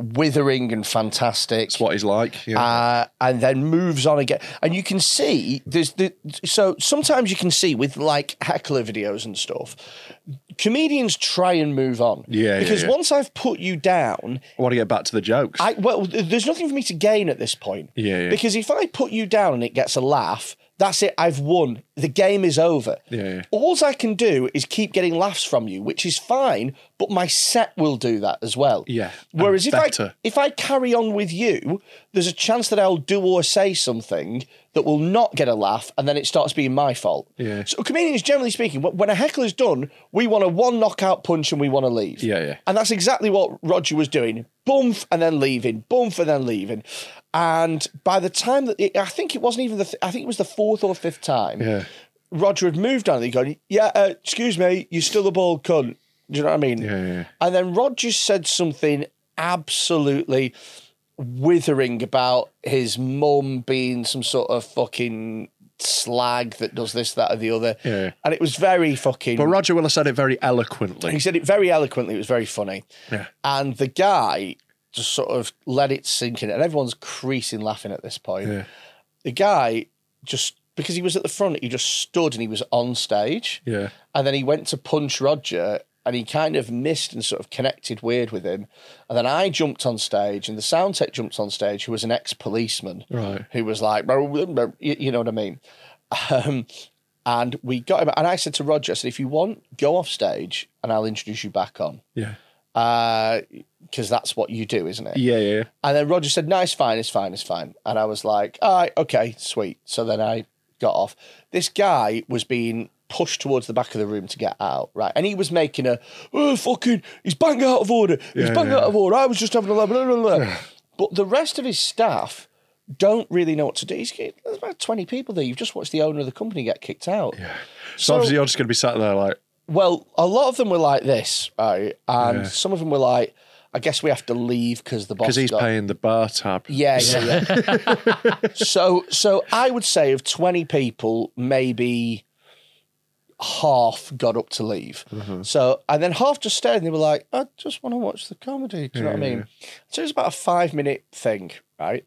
Speaker 5: withering and fantastic.
Speaker 6: That's what he's like. Yeah.
Speaker 5: Uh, and then moves on again. And you can see there's the so sometimes you can see with like heckler videos and stuff, comedians try and move on.
Speaker 6: Yeah, yeah,
Speaker 5: Because
Speaker 6: yeah.
Speaker 5: once I've put you down,
Speaker 6: I want to get back to the jokes.
Speaker 5: I well, th- there's nothing for me to gain at this point.
Speaker 6: Yeah, yeah.
Speaker 5: Because if I put you down and it gets a laugh, that's it. I've won. The game is over.
Speaker 6: Yeah, yeah.
Speaker 5: All I can do is keep getting laughs from you, which is fine. But my set will do that as well.
Speaker 6: Yeah, and
Speaker 5: Whereas if I
Speaker 6: better.
Speaker 5: if I carry on with you, there's a chance that I'll do or say something that will not get a laugh, and then it starts being my fault.
Speaker 6: Yeah.
Speaker 5: So comedians, generally speaking, wh- when a heckler's done, we want a one knockout punch and we want to leave.
Speaker 6: Yeah, yeah.
Speaker 5: And that's exactly what Roger was doing. Bumf and then leaving, bumf and then leaving. And by the time that it, I think it wasn't even the, th- I think it was the fourth or fifth time.
Speaker 6: yeah.
Speaker 5: Roger had moved on. And he gone, yeah, uh, excuse me, you're still a bald cunt. Do you know what I mean?
Speaker 6: Yeah, yeah.
Speaker 5: And then Roger said something absolutely withering about his mum being some sort of fucking slag that does this, that, or the other.
Speaker 6: Yeah.
Speaker 5: And it was very fucking.
Speaker 6: But Roger will have said it very
Speaker 5: He
Speaker 6: eloquently.
Speaker 5: said it very eloquently. It was very funny.
Speaker 6: Yeah.
Speaker 5: And the guy just sort of let it sink in, and everyone's creasing laughing at this point.
Speaker 6: Yeah.
Speaker 5: The guy just because he was at the front, he just stood and he was on stage,
Speaker 6: Yeah.
Speaker 5: and then he went to punch Roger. And he kind of missed and sort of connected weird with him. And then I jumped on stage, and the sound tech jumped on stage, who was an ex policeman,
Speaker 6: Right.
Speaker 5: who was like, you you know what I mean? Um, and we got him. And I said to Roger, I said, if you want, go off stage and I'll introduce you back on.
Speaker 6: Yeah.
Speaker 5: Because that's what you do, isn't it?
Speaker 6: Yeah, yeah. yeah.
Speaker 5: And then Roger said, no, it's fine, it's fine, it's fine. And I was like, all right, okay, sweet. So then I got off. This guy was being pushed towards the back of the room to get out, right? And he was making a, oh, fucking, he's bang out of order. He's
Speaker 6: Yeah,
Speaker 5: bang
Speaker 6: yeah.
Speaker 5: out of order. I was just having a laugh. Blah, blah, blah. but the rest of his staff don't really know what to do. He's, there's about 20 people there. You've just watched the owner of the company get kicked out.
Speaker 6: So, obviously you're just going to be sat there like,
Speaker 5: Well, a lot of them were like this, right? And
Speaker 6: Yeah.
Speaker 5: some of them were like, I guess we have to leave because the boss
Speaker 6: because he's
Speaker 5: got-
Speaker 6: paying the bar tab.
Speaker 5: Yeah, yeah. yeah. so, so I would say of twenty people, maybe half got up to leave.
Speaker 6: Mm-hmm.
Speaker 5: So, and then half just stayed, and they were like, "I just want to watch the comedy." Do you know what I mean? So it was about a five-minute thing, right?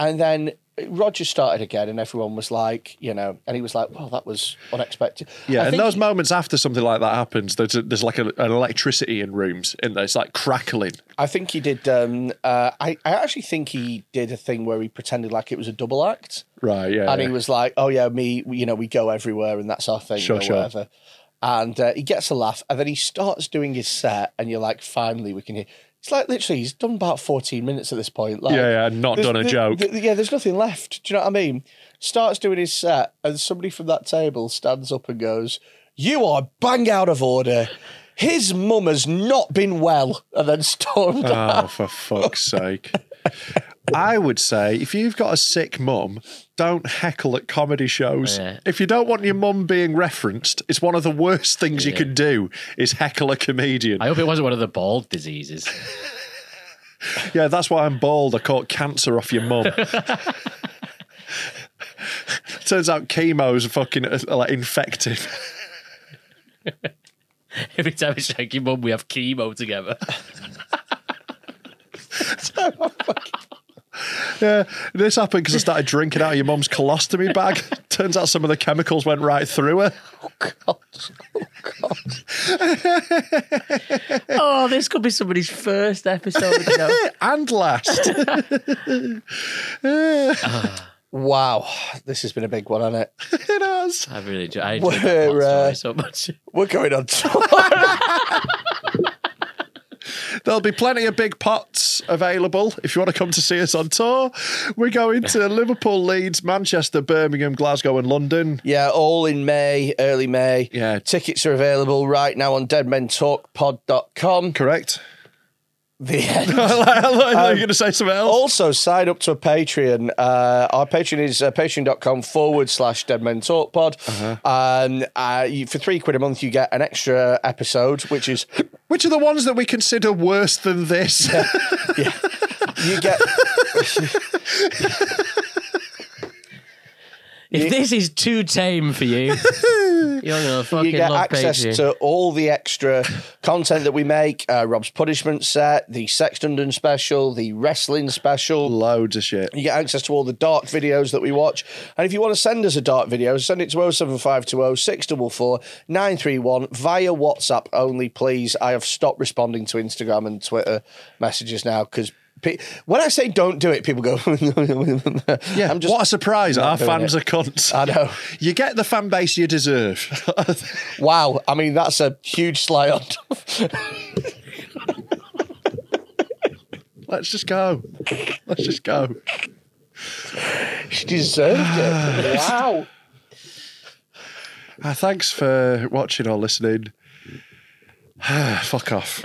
Speaker 5: And then Roger started again, and everyone was like, you know, and he was like, "Well, that was unexpected." I
Speaker 6: Yeah, and
Speaker 5: think
Speaker 6: those
Speaker 5: he-
Speaker 6: moments after something like that happens, there's, a, there's like a, an electricity in rooms, in there? It's like crackling.
Speaker 5: I think he did. Um, uh, I, I actually think he did a thing where he pretended like it was a double act.
Speaker 6: Right, yeah.
Speaker 5: and he
Speaker 6: yeah.
Speaker 5: was like, "Oh yeah, me, you know, we go everywhere, and that's our thing,
Speaker 6: Sure,
Speaker 5: or
Speaker 6: sure.
Speaker 5: whatever." And uh, he gets a laugh, and then he starts doing his set, and you're like, "Finally, we can hear." It's like literally, he's done about 14 minutes at this point. Like,
Speaker 6: Yeah, yeah, and not
Speaker 5: there's-
Speaker 6: done a
Speaker 5: there-
Speaker 6: joke.
Speaker 5: there- yeah, there's nothing left. Do you know what I mean? Starts doing his set, and somebody from that table stands up and goes, "You are bang out of order." His mum has not been well, and then stormed. out.
Speaker 6: Oh, for fuck's sake. I would say if you've got a sick mum, don't heckle at comedy shows.
Speaker 7: Yeah.
Speaker 6: If you don't want your mum being referenced, it's one of the worst things you can do is heckle a comedian.
Speaker 7: I hope it wasn't one of the bald diseases. (laughs) (laughs)
Speaker 6: yeah, that's why I'm bald. I caught cancer off your mum. Turns out chemo's fucking uh, like infective.
Speaker 7: Every time it's like your mum, we have chemo (laughs) together.
Speaker 6: Yeah, this happened because I started drinking out of your mum's colostomy bag. (laughs) Turns out some of the chemicals went right through her.
Speaker 7: oh, this could be somebody's first episode. You know?
Speaker 6: and (laughs) last.
Speaker 5: Wow, this has been a big one, hasn't it?
Speaker 6: it has.
Speaker 7: (laughs) I really enjoy, I enjoy that
Speaker 5: We're,
Speaker 7: plot story
Speaker 5: uh,
Speaker 7: so much.
Speaker 5: We're going on tour.
Speaker 6: There'll be plenty of big pots available if you want to come to see us on tour. We're going to (laughs) Liverpool, Leeds, Manchester, Birmingham, Glasgow, and London.
Speaker 5: yeah, all in May, early May.
Speaker 6: Yeah.
Speaker 5: Tickets are available right now on deadmentalkpod.com.
Speaker 6: Correct. Um,
Speaker 5: The
Speaker 7: (laughs)
Speaker 5: end.
Speaker 6: (laughs) I thought you were going to say something else.
Speaker 5: Also, sign up to a Patreon. Uh, our Patreon is uh, patreon.com forward slash Dead Men Talk Pod.
Speaker 7: Uh-huh.
Speaker 5: Um, uh, you, for three quid a month, you get an extra episode, which is
Speaker 6: Which are the ones that we consider worse than this?
Speaker 5: you
Speaker 7: (laughs)
Speaker 5: get.
Speaker 7: If this is too tame
Speaker 5: (laughs)
Speaker 7: for you, you're gonna fucking
Speaker 5: you get
Speaker 7: love
Speaker 5: access
Speaker 7: Patreon.
Speaker 5: to all the extra content that we make uh, Rob's punishment set, the Sextundon special, the wrestling special.
Speaker 6: (laughs) Loads of shit.
Speaker 5: You get access to all the dark videos that we watch. And if you want to send us a dark video, send it to 07520 644 931 via WhatsApp only, please. I have stopped responding to Instagram and Twitter messages now because. Pe- when I say don't do it, people go. (laughs)
Speaker 6: Yeah,
Speaker 5: I'm just,
Speaker 6: what a surprise. Our
Speaker 5: doing
Speaker 6: fans
Speaker 5: it.
Speaker 6: are cunts.
Speaker 5: I know.
Speaker 6: You get the fan base you (laughs) deserve.
Speaker 5: Wow, I mean that's a huge slight on.
Speaker 6: Let's just go. Let's just go.
Speaker 5: (laughs) she deserved it.
Speaker 6: (sighs)
Speaker 5: Wow.
Speaker 6: Uh, thanks for watching or listening. (sighs) Fuck off.